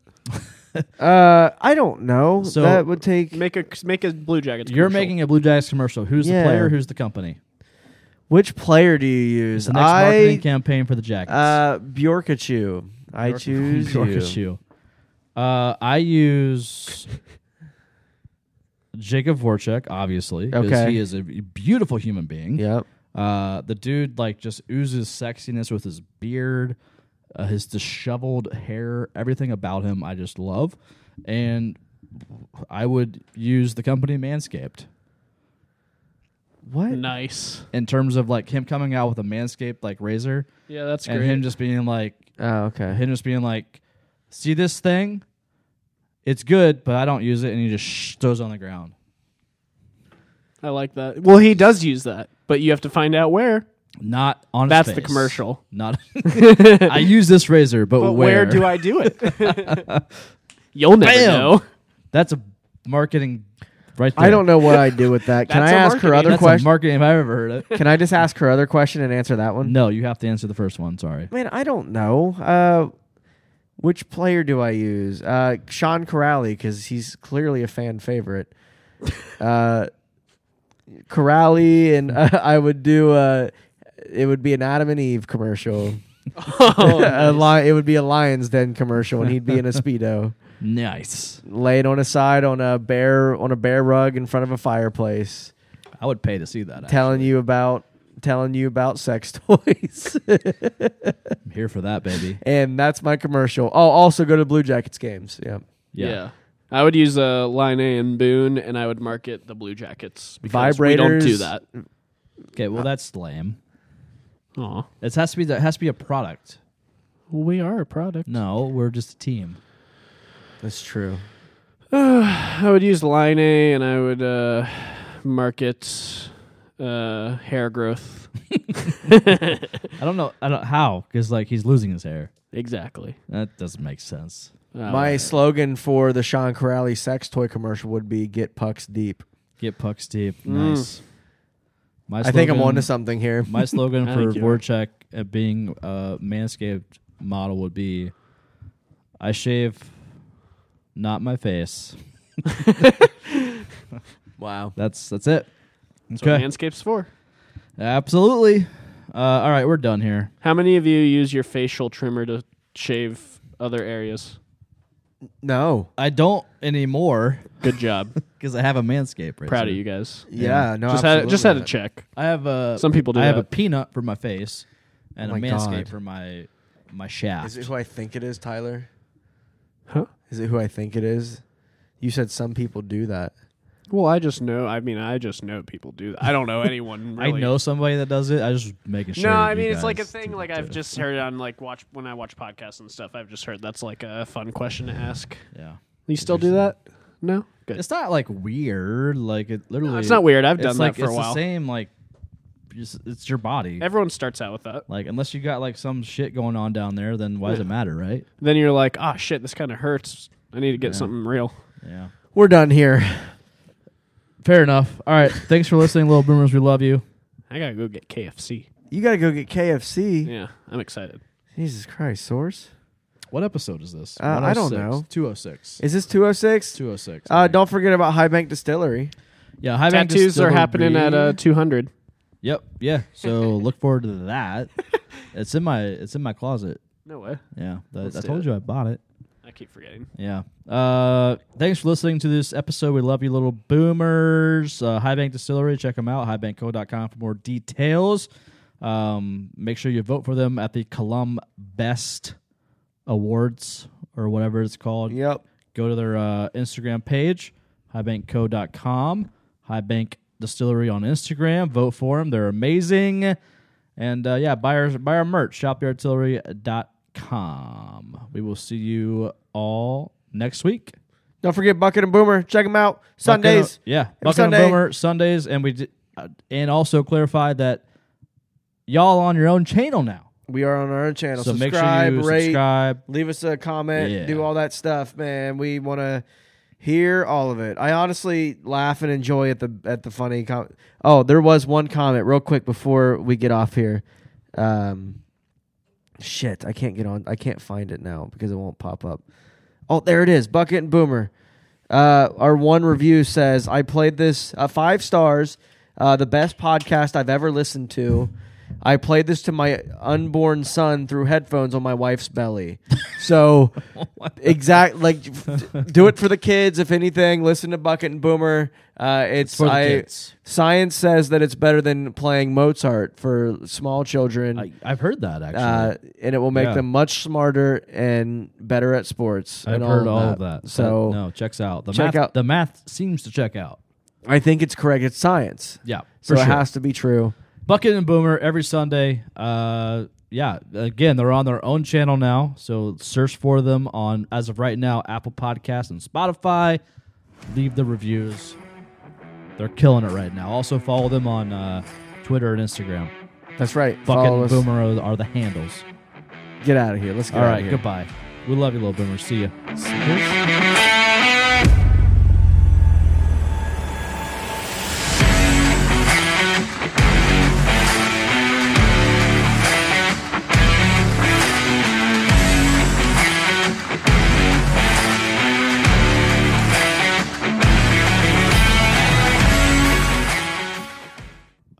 uh, i don't know
So-
that would take
Make a make a Blue Jackets.
You're
commercial.
making a Blue Jackets commercial. Who's
Yeah.
the player? Who's the company?
which player do you
It's
use
the next marketing campaign for the Jackets.
uh bjorkachu i choose you.
Yorkshire. Uh, I use Jacob Vorchek, obviously, because
Okay.
he is a beautiful human being.
yep
Uh, the dude like just oozes sexiness with his beard, uh, his disheveled hair, everything about him I just love, and I would use the company Manscaped
what
nice.
in terms of like him coming out with a Manscaped like razor
Yeah, that's
and
great.
him just being like
oh okay
him just being like, see this thing, it's good, but I don't use it, and he just sh- throws it on the ground.
I like that. Well, he does use that, but you have to find out where.
Not on. his
That's the
face.
commercial.
Not. I use this razor, but,
But where, do I do it? You'll never
Bam!
know.
That's a marketing Right there.
I don't know what I'd do with that. Can I
That's a
ask her
marketing-
other
That's a
question?
marketing if I ever heard it.
Can I just ask her other question and answer that one?
No, you have to answer the first one. Sorry.
Man, I don't know. Uh, which player do I use? Uh, Sean Corrali, because he's clearly a fan favorite. Uh, Corrali, and uh, I would do. Uh, it would be an Adam and Eve commercial. a li- it would be a Lions Den commercial, and he'd be in a speedo,
Nice.
laid on his side on a bear on a bear rug in front of a fireplace,
I would pay to see that.
telling you about telling you about sex toys.
I'm here for that, baby.
and that's my commercial. Oh, also go to Blue Jackets games. Yeah,
Yeah.
I would use a line A and Boone, and I would market the Blue Jackets. Because We don't
Vibrators.
do that.
Okay. Well, that's lame.
Aw.
It has to be. That has to be a product.
Well, we are a product.
No, we're just a team.
that's true.
I would use line A, and I would uh, market uh, hair growth.
I don't know. I don't how because like he's losing his hair.
exactly.
That doesn't make sense.
Uh,
My slogan for the Sean Corrali sex toy commercial would be "Get pucks deep."
Get pucks deep. Nice. My
Mm. I think I'm
slogan-
onto something here.
My slogan
I
for
think you are.
Vorchek uh, being a manscaped model would be I shave not my face.
Wow.
That's that's it.
that's
Okay.
what Manscaped's for.
Absolutely. Uh, all right, we're done here.
How many of you use your facial trimmer to shave other areas?
No.
I don't anymore
Good job.
because I have a manscape. Right
Proud of you guys.
Yeah. No.
just had just had
absolutely
a check.
I have a
Some people do
I have a
that.
peanut for my face and
Oh
a
my
manscape
God.
for my my
not.
shaft.
Is it who I think it is, Tyler?
Huh?
Is it who I think it is? You said some people do that.
Well, I just know. I mean, I just know people do that. I don't know anyone. Really.
I know somebody that does it. I just making sure.
No, I
you
mean it's like a
guys
thing.
do-
Like
do
I've
it.
just heard on like watch when I watch podcasts and stuff. I've just heard that's like a fun question to ask.
yeah.
You still do that? No. Good.
It's not like weird. Like it literally.
it's not weird. I've
it's
done that
like-
for a
It's
while.
the same. Like just- it's your body.
Everyone starts out with that.
like unless you got like some shit going on down there, then why does it matter, right?
Then you're like, oh shit, this kind of hurts. I need to get something real.
Yeah.
We're done here.
Fair enough. All right. Thanks for listening, little boomers. We love you.
I gotta go get KFC.
You got to go get KFC.
Yeah, I'm excited.
Jesus Christ, source.
What episode is this?
Uh, I don't know.
Two oh six.
Is this 206?
Two oh six.
Uh, don't forget about High Bank Distillery.
Yeah. High Bank
Tattoos are happening at
Distillery.
uh, 200.
Yep. Yeah. So look forward to that. It's in my it's in my closet.
No way.
Yeah. That- I
do
told
it.
you I bought it.
I keep forgetting.
Yeah. Uh, thanks for listening to this episode. We love you, little boomers. Uh, High Bank Distillery, check them out. Highbankco.com for more details. Um, make sure you vote for them at the Colum Best Awards or whatever it's called.
Yep.
Go to their uh, Instagram page, highbankco.com, High Bank Distillery on Instagram. Vote for them. They're amazing. And uh, yeah, buy our, buy our merch, shopyartillery.com. We will see you all next week.
Don't forget Bucket and Boomer. Check them out Sundays.
Bucket, yeah,
Every
Bucket
Sunday.
and Boomer, Sundays. And, we did, uh, and also clarify that y'all on your own channel now.
We are on our own channel.
So make sure
subscribe,
you
rate,
subscribe.
leave us a comment,
Yeah.
do all that stuff, man. We want to hear all of it. I honestly laugh and enjoy at the at the funny com- Oh, there was one comment real quick before we get off here. Um shit, I can't get on. I can't find it now because it won't pop up. Oh, there it is. Bucket and Boomer. Uh, our one review says, I played this uh, five stars, uh, the best podcast I've ever listened to. I played this to my unborn son through headphones on my wife's belly. So, exact like, f- do it for the kids. If anything, listen to Bucket and Boomer. Uh, it's
for the
I,
kids.
science says that it's better than playing Mozart for small children
I, I've heard that actually.
uh, and it will make
Yeah.
them much smarter and better at sports.
I've
and
heard all of that.
So
no, checks out. The
Check
math,
out-
the math seems to check out.
I think it's correct. It's science.
Yeah,
So
for
it
sure.
has to be true.
Bucket and Boomer every Sunday. Uh, yeah, again, they're on their own channel now. So search for them on, as of right now, Apple Podcasts and Spotify. Leave the reviews. They're killing it right now. Also, follow them on uh, Twitter and Instagram.
That's right.
Bucket
Follow
and
us.
Boomer are- are the handles.
Get out of here. Let's get
All
out
right,
of here.
goodbye. We love you, little Boomer. See ya.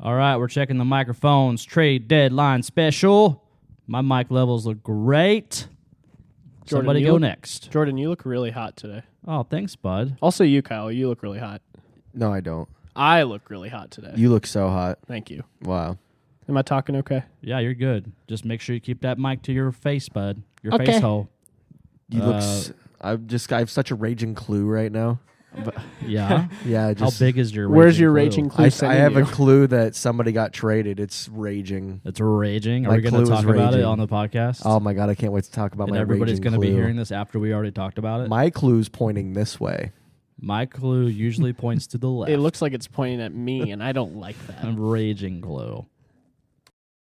we're checking the microphones. Trade deadline special. My mic levels look great.
Jordan,
Somebody
you
go
look-
next.
Jordan, you look really hot today.
Oh, thanks, bud.
Also, you, Kyle, you look really hot.
No, I don't.
I look really hot today.
You look so hot.
Thank you.
Wow.
Am I talking okay?
Yeah, you're good. Just make sure you keep that mic to your face, bud. Your
Okay.
face hole.
You look.
Uh,
S- I'm just. I have such a raging clue right now.
Yeah.
Yeah. I Just,
How big is your?
Where's your
clue?
raging clue?
I, I
sending
have a
you?
clue that somebody got traded. It's raging.
It's raging. Are
My
we going
clue
to
is
talk about it
raging.
on the podcast?
Oh my god! I can't wait to talk about
and
my.
everybody's
raging
gonna be
clue.
hearing this after we already talked about it. My,
My clue's pointing this way.
clue usually points to the left.
It looks like it's pointing at me, and I don't like that.
a raging clue.